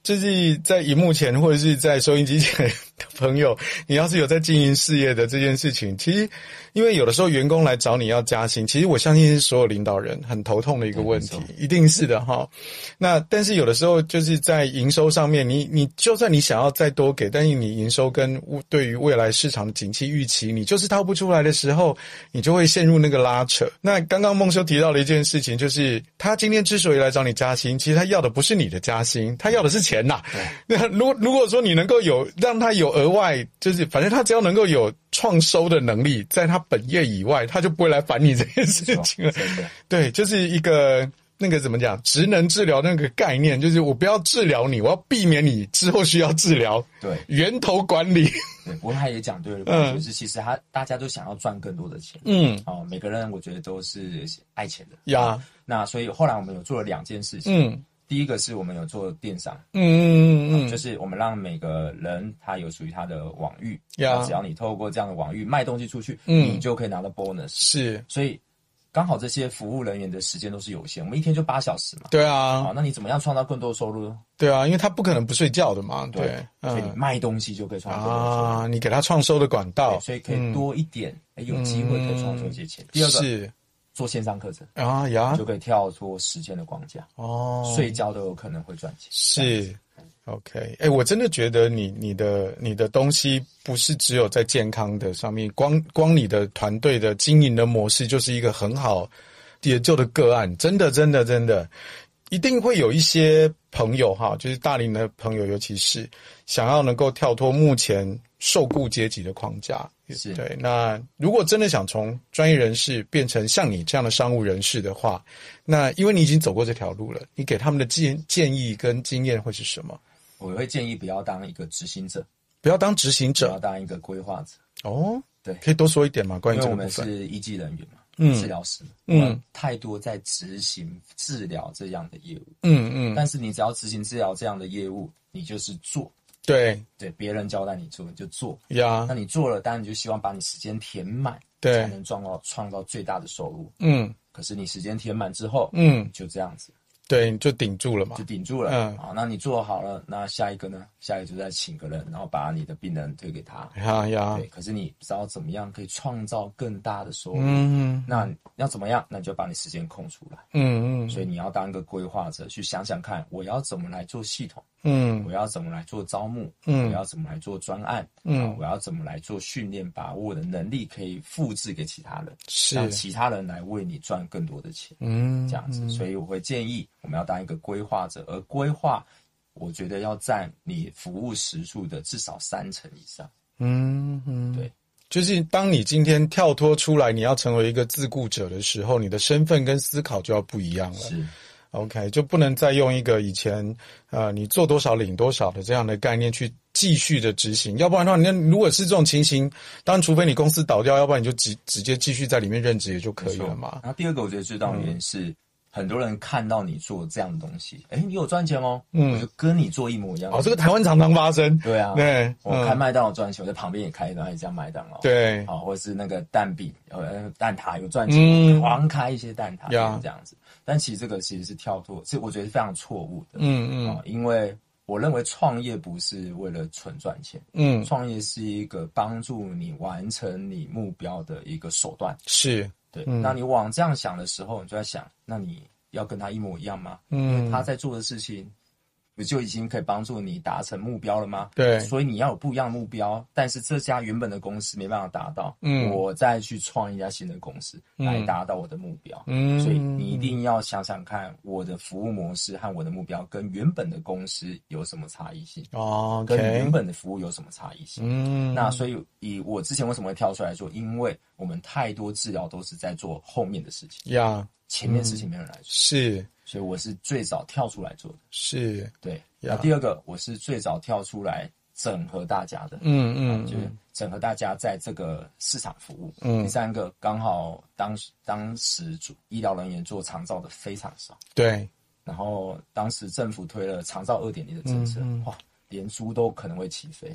[SPEAKER 1] 就是在荧幕前或者是在收音机前的朋友，你要是有在经营事业的这件事情，其实因为有的时候员工来找你要加薪，其实我相信是所有领导人很头痛的一个问题
[SPEAKER 2] 对没，
[SPEAKER 1] 一定是的哈。那但是有的时候就是在营收上面，你你就算你想要再多给，但是你营收跟对于未来市场的景气预期，你就是套不出来的时候，你就会陷入那个拉扯。那刚刚孟修提到了一件事情，就是他今天之所以来找你加薪，其实他要的不是你的加薪，他要的是钱呐、 那如如果说你能够有让他有额外，就是反正他只要能够有创收的能力，在他本业以外，他就不会来烦你这 件事情了。
[SPEAKER 2] 真的
[SPEAKER 1] 对，就是一个那个怎么讲，职能治疗那个概念，就是我不要治疗你，我要避免你之后需要治疗，
[SPEAKER 2] 对
[SPEAKER 1] 源头管理。
[SPEAKER 2] 对，不过他也讲对了，
[SPEAKER 1] 嗯
[SPEAKER 2] 就是其实他大家都想要赚更多的钱，
[SPEAKER 1] 嗯，
[SPEAKER 2] 哦，每个人我觉得都是爱钱的
[SPEAKER 1] 呀，
[SPEAKER 2] 那所以后来我们有做了两件事情，
[SPEAKER 1] 嗯
[SPEAKER 2] 第一个是我们有做电商，
[SPEAKER 1] 嗯嗯嗯
[SPEAKER 2] 就
[SPEAKER 1] 嗯，
[SPEAKER 2] 是我们让每个人他有属于他的网域，
[SPEAKER 1] 呀
[SPEAKER 2] 那只要你透过这样的网域卖东西出去，
[SPEAKER 1] 嗯
[SPEAKER 2] 你就可以拿到 bonus。
[SPEAKER 1] 是，
[SPEAKER 2] 所以刚好这些服务人员的时间都是有限，我们一天就八小时嘛。
[SPEAKER 1] 对
[SPEAKER 2] 好，
[SPEAKER 1] 啊，
[SPEAKER 2] 那你怎么样创造更多的收入呢？
[SPEAKER 1] 对啊，因为他不可能不睡觉的嘛，对，
[SPEAKER 2] 所以你
[SPEAKER 1] 嗯
[SPEAKER 2] 卖东西就可以创造更多的收入。
[SPEAKER 1] 啊，你给他创收的管道
[SPEAKER 2] 对，所以可以多一点，哎有机会可以创造一些钱。第二个，
[SPEAKER 1] 嗯是
[SPEAKER 2] 做线上课程，
[SPEAKER 1] 啊呀
[SPEAKER 2] 你就可以跳脱时间的框架，
[SPEAKER 1] 哦，
[SPEAKER 2] 睡觉都有可能会赚钱。
[SPEAKER 1] 是，OK，哎、我真的觉得你你的你的东西不是只有在健康的上面，光光你的团队的经营的模式就是一个很好研究的个案，真的真的真的，一定会有一些朋友哈，就是大龄的朋友，尤其是想要能够跳脱目前受雇阶级的框架，
[SPEAKER 2] 是
[SPEAKER 1] 对。那如果真的想从专业人士变成像你这样的商务人士的话，那因为你已经走过这条路了，你给他们的建建议跟经验会是什么？
[SPEAKER 2] 我会建议不要当一个执行者，
[SPEAKER 1] 不要当执行
[SPEAKER 2] 不要
[SPEAKER 1] 者
[SPEAKER 2] 当一个规划者，
[SPEAKER 1] 哦，
[SPEAKER 2] 啊对
[SPEAKER 1] 可以多说一点吗？关于
[SPEAKER 2] 因
[SPEAKER 1] 这个
[SPEAKER 2] 为我
[SPEAKER 1] 部
[SPEAKER 2] 们
[SPEAKER 1] 分，
[SPEAKER 2] 是医技人员嘛，
[SPEAKER 1] 嗯
[SPEAKER 2] 治疗师嘛，
[SPEAKER 1] 嗯
[SPEAKER 2] 我们太多在执行治疗这样的业务，
[SPEAKER 1] 嗯嗯，
[SPEAKER 2] 但是你只要执行治疗这样的业务，你就是做，
[SPEAKER 1] 对
[SPEAKER 2] 对，别人交代你做你就做，
[SPEAKER 1] 呀
[SPEAKER 2] 那，你做了，当然你就希望把你时间填满，
[SPEAKER 1] 对
[SPEAKER 2] 才能创造创造最大的收入。
[SPEAKER 1] 嗯
[SPEAKER 2] 可是你时间填满之后，
[SPEAKER 1] 嗯，
[SPEAKER 2] 就这样子
[SPEAKER 1] 对，你就顶住了嘛
[SPEAKER 2] 就，顶住了。
[SPEAKER 1] 嗯
[SPEAKER 2] 好，那你做好了，那下一个呢？下一个就再请个人，然后把你的病人推给他。
[SPEAKER 1] 呀呀
[SPEAKER 2] 对，，可是你不知道怎么样可以创造更大的收入。
[SPEAKER 1] 嗯嗯
[SPEAKER 2] 那你要怎么样？那你就把你时间空出来。
[SPEAKER 1] 嗯
[SPEAKER 2] 所以你要当一个规划者，去想想看，我要怎么来做系统，
[SPEAKER 1] 嗯
[SPEAKER 2] 我要怎么来做招募，
[SPEAKER 1] 嗯
[SPEAKER 2] 我要怎么来做专案，
[SPEAKER 1] 嗯
[SPEAKER 2] 啊我要怎么来做训练，把我的能力可以复制给其他人，
[SPEAKER 1] 是
[SPEAKER 2] 让其他人来为你赚更多的钱，
[SPEAKER 1] 嗯
[SPEAKER 2] 这样子。所以我会建议我们要当一个规划者，而规划，我觉得要占你服务时数的至少三成以上。
[SPEAKER 1] 嗯嗯，
[SPEAKER 2] 对。
[SPEAKER 1] 就是当你今天跳脱出来，你要成为一个自雇者的时候，你的身份跟思考就要不一样了。
[SPEAKER 2] 是
[SPEAKER 1] OK，就不能再用一个以前呃你做多少领多少的这样的概念去继续的执行，要不然的话，那如果是这种情形，当然除非你公司倒掉，要不然你就直直接继续在里面任职也就可以了嘛嗯
[SPEAKER 2] 然。后第二个，我觉得最重要的原因是。很多人看到你做这样的东西，哎、你有赚钱哦，
[SPEAKER 1] 嗯
[SPEAKER 2] 我就跟你做一模一样的
[SPEAKER 1] 哦，这个台湾常常发生。
[SPEAKER 2] 对啊，
[SPEAKER 1] 对，
[SPEAKER 2] 我开
[SPEAKER 1] 嗯，
[SPEAKER 2] 麦当劳赚钱，我在旁边也开，然后也这样麦当劳。，
[SPEAKER 1] 对，
[SPEAKER 2] 啊，或者是那个蛋饼，呃，蛋挞有赚
[SPEAKER 1] 嗯
[SPEAKER 2] 钱，狂开一些蛋挞
[SPEAKER 1] 呀
[SPEAKER 2] 这样子。但其实这个其实是跳脱，是我觉得是非常错误的。
[SPEAKER 1] 嗯嗯
[SPEAKER 2] 啊，因为我认为创业不是为了纯赚钱，
[SPEAKER 1] 嗯，
[SPEAKER 2] 创业是一个帮助你完成你目标的一个手段。
[SPEAKER 1] 是，
[SPEAKER 2] 对，
[SPEAKER 1] 嗯
[SPEAKER 2] 那你往这样想的时候，你就在想，那你要跟他一模一样吗？因为
[SPEAKER 1] 嗯
[SPEAKER 2] 他，在做的事情，不就已经可以帮助你达成目标了吗？
[SPEAKER 1] 对
[SPEAKER 2] 所以你要有不一样的目标，但是这家原本的公司没办法达到，
[SPEAKER 1] 嗯
[SPEAKER 2] 我再去创一家新的公司
[SPEAKER 1] 嗯
[SPEAKER 2] 来达到我的目标。
[SPEAKER 1] 嗯，
[SPEAKER 2] 所以你一定要想想看，我的服务模式和我的目标跟原本的公司有什么差异性，
[SPEAKER 1] 哦
[SPEAKER 2] 跟
[SPEAKER 1] ，OK，
[SPEAKER 2] 原本的服务有什么差异性。
[SPEAKER 1] 嗯，
[SPEAKER 2] 那所以以我之前为什么会跳出来做，因为我们太多治疗都是在做后面的事情，
[SPEAKER 1] 呀，
[SPEAKER 2] 前面
[SPEAKER 1] 嗯
[SPEAKER 2] 事情没有人来做，
[SPEAKER 1] 是
[SPEAKER 2] 所以我是最早跳出来做的。
[SPEAKER 1] 是，
[SPEAKER 2] 对，
[SPEAKER 1] 呀
[SPEAKER 2] 那第二个我是最早跳出来整合大家的，
[SPEAKER 1] 嗯嗯
[SPEAKER 2] 就是整合大家在这个市场服务。
[SPEAKER 1] 嗯
[SPEAKER 2] 第三个刚好当时当时主医疗人员做长照的非常少，
[SPEAKER 1] 对，
[SPEAKER 2] 然后当时政府推了长照二点零的政策，
[SPEAKER 1] 嗯嗯
[SPEAKER 2] 哇，连猪都可能会起 飞，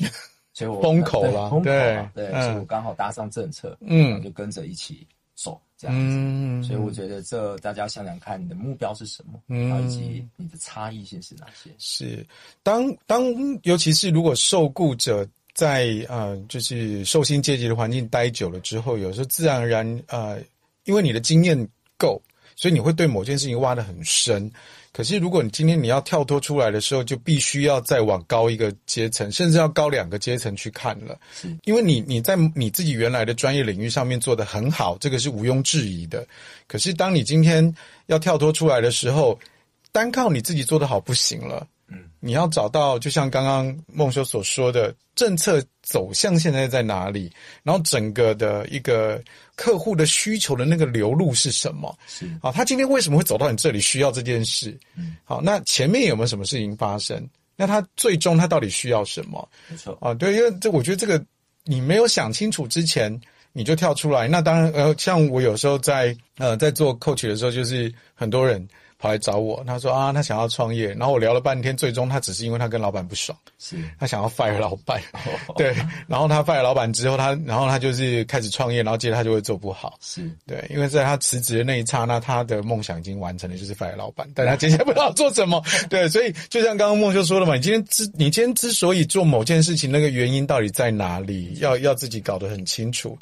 [SPEAKER 2] 所以我
[SPEAKER 1] 风口了
[SPEAKER 2] 对风口了，
[SPEAKER 1] 对
[SPEAKER 2] 对，
[SPEAKER 1] 嗯
[SPEAKER 2] 所以我刚好搭上政策，
[SPEAKER 1] 嗯
[SPEAKER 2] 我就跟着一起走这样子。
[SPEAKER 1] 嗯，
[SPEAKER 2] 所以我觉得这大家想想看，你的目标是什么，
[SPEAKER 1] 嗯
[SPEAKER 2] 然后以及你的差异性是哪些？
[SPEAKER 1] 是，当当，尤其是如果受雇者在呃，就是受薪阶级的环境待久了之后，有时候自然而然呃，因为你的经验够，所以你会对某件事情挖得很深。可是如果你今天你要跳脱出来的时候，就必须要再往高一个阶层，甚至要高两个阶层去看了。
[SPEAKER 2] 是
[SPEAKER 1] 因为你你在你自己原来的专业领域上面做得很好，这个是毋庸置疑的。可是当你今天要跳脱出来的时候，单靠你自己做得好不行了。
[SPEAKER 2] 嗯，
[SPEAKER 1] 你要找到，就像刚刚梦修所说的，政策走向现在在哪里，然后整个的一个客户的需求的那个流露是什么？
[SPEAKER 2] 是
[SPEAKER 1] 好，他今天为什么会走到你这里需要这件事？
[SPEAKER 2] 嗯，
[SPEAKER 1] 好，那前面有没有什么事情发生？那他最终他到底需要什么？
[SPEAKER 2] 没错，
[SPEAKER 1] 啊，对，因为这我觉得这个你没有想清楚之前，你就跳出来。那当然，呃，像我有时候在呃在做 coach 的时候，就是很多人跑来找我，他说啊，他想要创业，然后我聊了半天，最终他只是因为他跟老板不爽，
[SPEAKER 2] 是
[SPEAKER 1] 他想要 fire 老板， 对，然后他 fire 老板之后，他然后他就是开始创业，然后接着他就会做不好。
[SPEAKER 2] 是
[SPEAKER 1] 对，因为在他辞职的那一刹那，他的梦想已经完成了，就是 fire 老板，但他接下来不知道做什 么。对，所以就像刚刚梦就说了嘛，你今天之你今天之所以做某件事情，那个原因到底在哪里，要要自己搞得很清楚。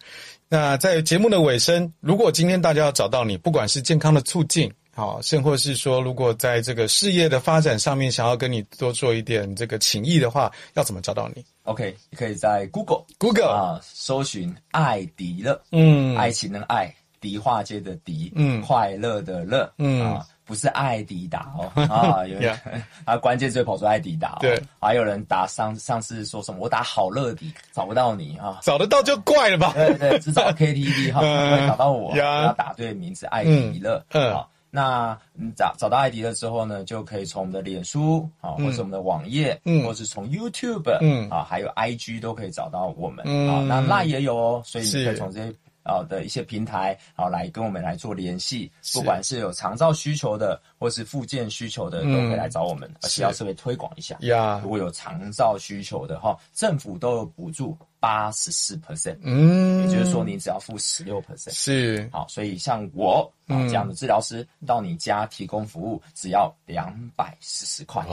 [SPEAKER 1] 那在节目的尾声，如果今天大家要找到你，不管是健康的促进。好，甚或是说，如果在这个事业的发展上面想要跟你多做一点这个情谊的话，要怎么找到你
[SPEAKER 2] OK，你可以在 Google
[SPEAKER 1] ？Google，
[SPEAKER 2] 啊搜寻艾迪乐，
[SPEAKER 1] 嗯，
[SPEAKER 2] 爱情的爱，迪化街的迪，
[SPEAKER 1] 嗯
[SPEAKER 2] 快乐的乐，
[SPEAKER 1] 嗯
[SPEAKER 2] 啊，不是艾迪达 哦，啊，有人 啊，关键字会跑出艾迪达、哦，
[SPEAKER 1] 对，
[SPEAKER 2] 还有人打上上次说什么，我打好乐迪找不到你啊。
[SPEAKER 1] 找得到就怪了吧？
[SPEAKER 2] 对对，至 少 KTV 哈，
[SPEAKER 1] 嗯
[SPEAKER 2] 不会找到我，
[SPEAKER 1] 呀
[SPEAKER 2] 要打对名字艾迪乐。
[SPEAKER 1] 嗯嗯
[SPEAKER 2] 好，那你找找到艾迪乐之后呢，就可以从我们的脸书啊，或是我们的网页，
[SPEAKER 1] 嗯
[SPEAKER 2] 或是从 YouTube，
[SPEAKER 1] 嗯
[SPEAKER 2] 啊，还有 IG 都可以找到我们。
[SPEAKER 1] 嗯
[SPEAKER 2] 啊，那 Line 也有哦，所以你
[SPEAKER 1] 是
[SPEAKER 2] 可以从这些。啊的一些平台，好来跟我们来做联系，
[SPEAKER 1] 是
[SPEAKER 2] 不管是有长照需求的，或是附件需求的，都可以
[SPEAKER 1] 嗯
[SPEAKER 2] 来找我们，而
[SPEAKER 1] 是
[SPEAKER 2] 且要特别推广一下。
[SPEAKER 1] 呀
[SPEAKER 2] 如，果有长照需求的哈，政府都有补助八十四 percent，
[SPEAKER 1] 嗯，
[SPEAKER 2] 也就是说，你只要付十六 percent。
[SPEAKER 1] 是
[SPEAKER 2] 好，所以像我啊
[SPEAKER 1] 嗯
[SPEAKER 2] 这样的治疗师到你家提供服务，只要两百四十块啊，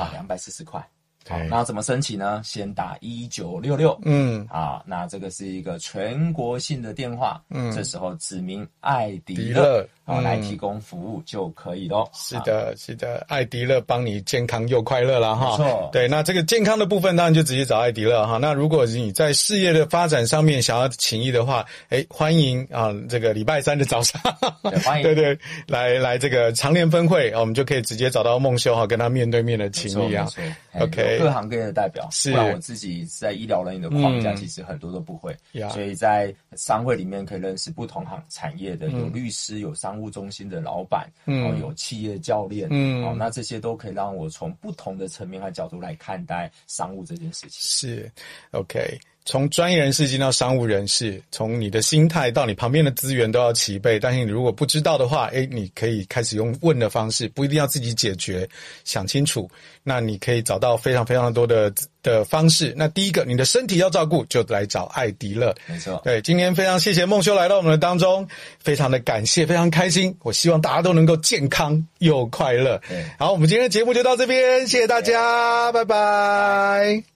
[SPEAKER 1] 哇，
[SPEAKER 2] 两百四十块。好
[SPEAKER 1] 对，
[SPEAKER 2] 那怎么申请呢？先打一九六六
[SPEAKER 1] 嗯，
[SPEAKER 2] 啊，那这个是一个全国性的电话，
[SPEAKER 1] 嗯
[SPEAKER 2] 这时候指明艾迪
[SPEAKER 1] 迪
[SPEAKER 2] 乐
[SPEAKER 1] 乐
[SPEAKER 2] 啊
[SPEAKER 1] 嗯
[SPEAKER 2] 来提供服务就可以喽。
[SPEAKER 1] 是
[SPEAKER 2] 啊，
[SPEAKER 1] 的，是的，艾迪乐帮你健康又快乐了哈。
[SPEAKER 2] 没错
[SPEAKER 1] 对，那这个健康的部分当然就直接找艾迪乐哈。那如果你在事业的发展上面想要情谊的话，哎，欢迎啊，这个礼拜三的早上，
[SPEAKER 2] 对欢迎
[SPEAKER 1] 对对，来来这个常联分会，啊我们就可以直接找到梦修哈，跟他面对面的
[SPEAKER 2] 没
[SPEAKER 1] 情
[SPEAKER 2] 错
[SPEAKER 1] 谊啊
[SPEAKER 2] 没。错哎
[SPEAKER 1] OK
[SPEAKER 2] 有各行各业的代表，
[SPEAKER 1] 是
[SPEAKER 2] 不然我自己在医疗人员的框架，
[SPEAKER 1] 嗯
[SPEAKER 2] 其实很多都不会。
[SPEAKER 1] 呀
[SPEAKER 2] 所以在商会里面可以认识不同行产业的，有律师，有商务中心的老板，
[SPEAKER 1] 嗯
[SPEAKER 2] 然后有企业教练，
[SPEAKER 1] 嗯
[SPEAKER 2] 哦，那这些都可以让我从不同的层面和角度来看待商务这件事情。
[SPEAKER 1] 是，OK。从专业人士进到商务人士，从你的心态到你旁边的资源都要齐备。但是你如果不知道的话，诶，你可以开始用问的方式，不一定要自己解决，想清楚。那你可以找到非常非常多的的方式。那第一个，你的身体要照顾，就来找艾迪乐。
[SPEAKER 2] 没错，
[SPEAKER 1] 对，今天非常谢谢孟修来到我们的当中，非常的感谢，非常开心。我希望大家都能够健康又快乐
[SPEAKER 2] 对。
[SPEAKER 1] 好，我们今天的节目就到这边，谢谢大家，拜拜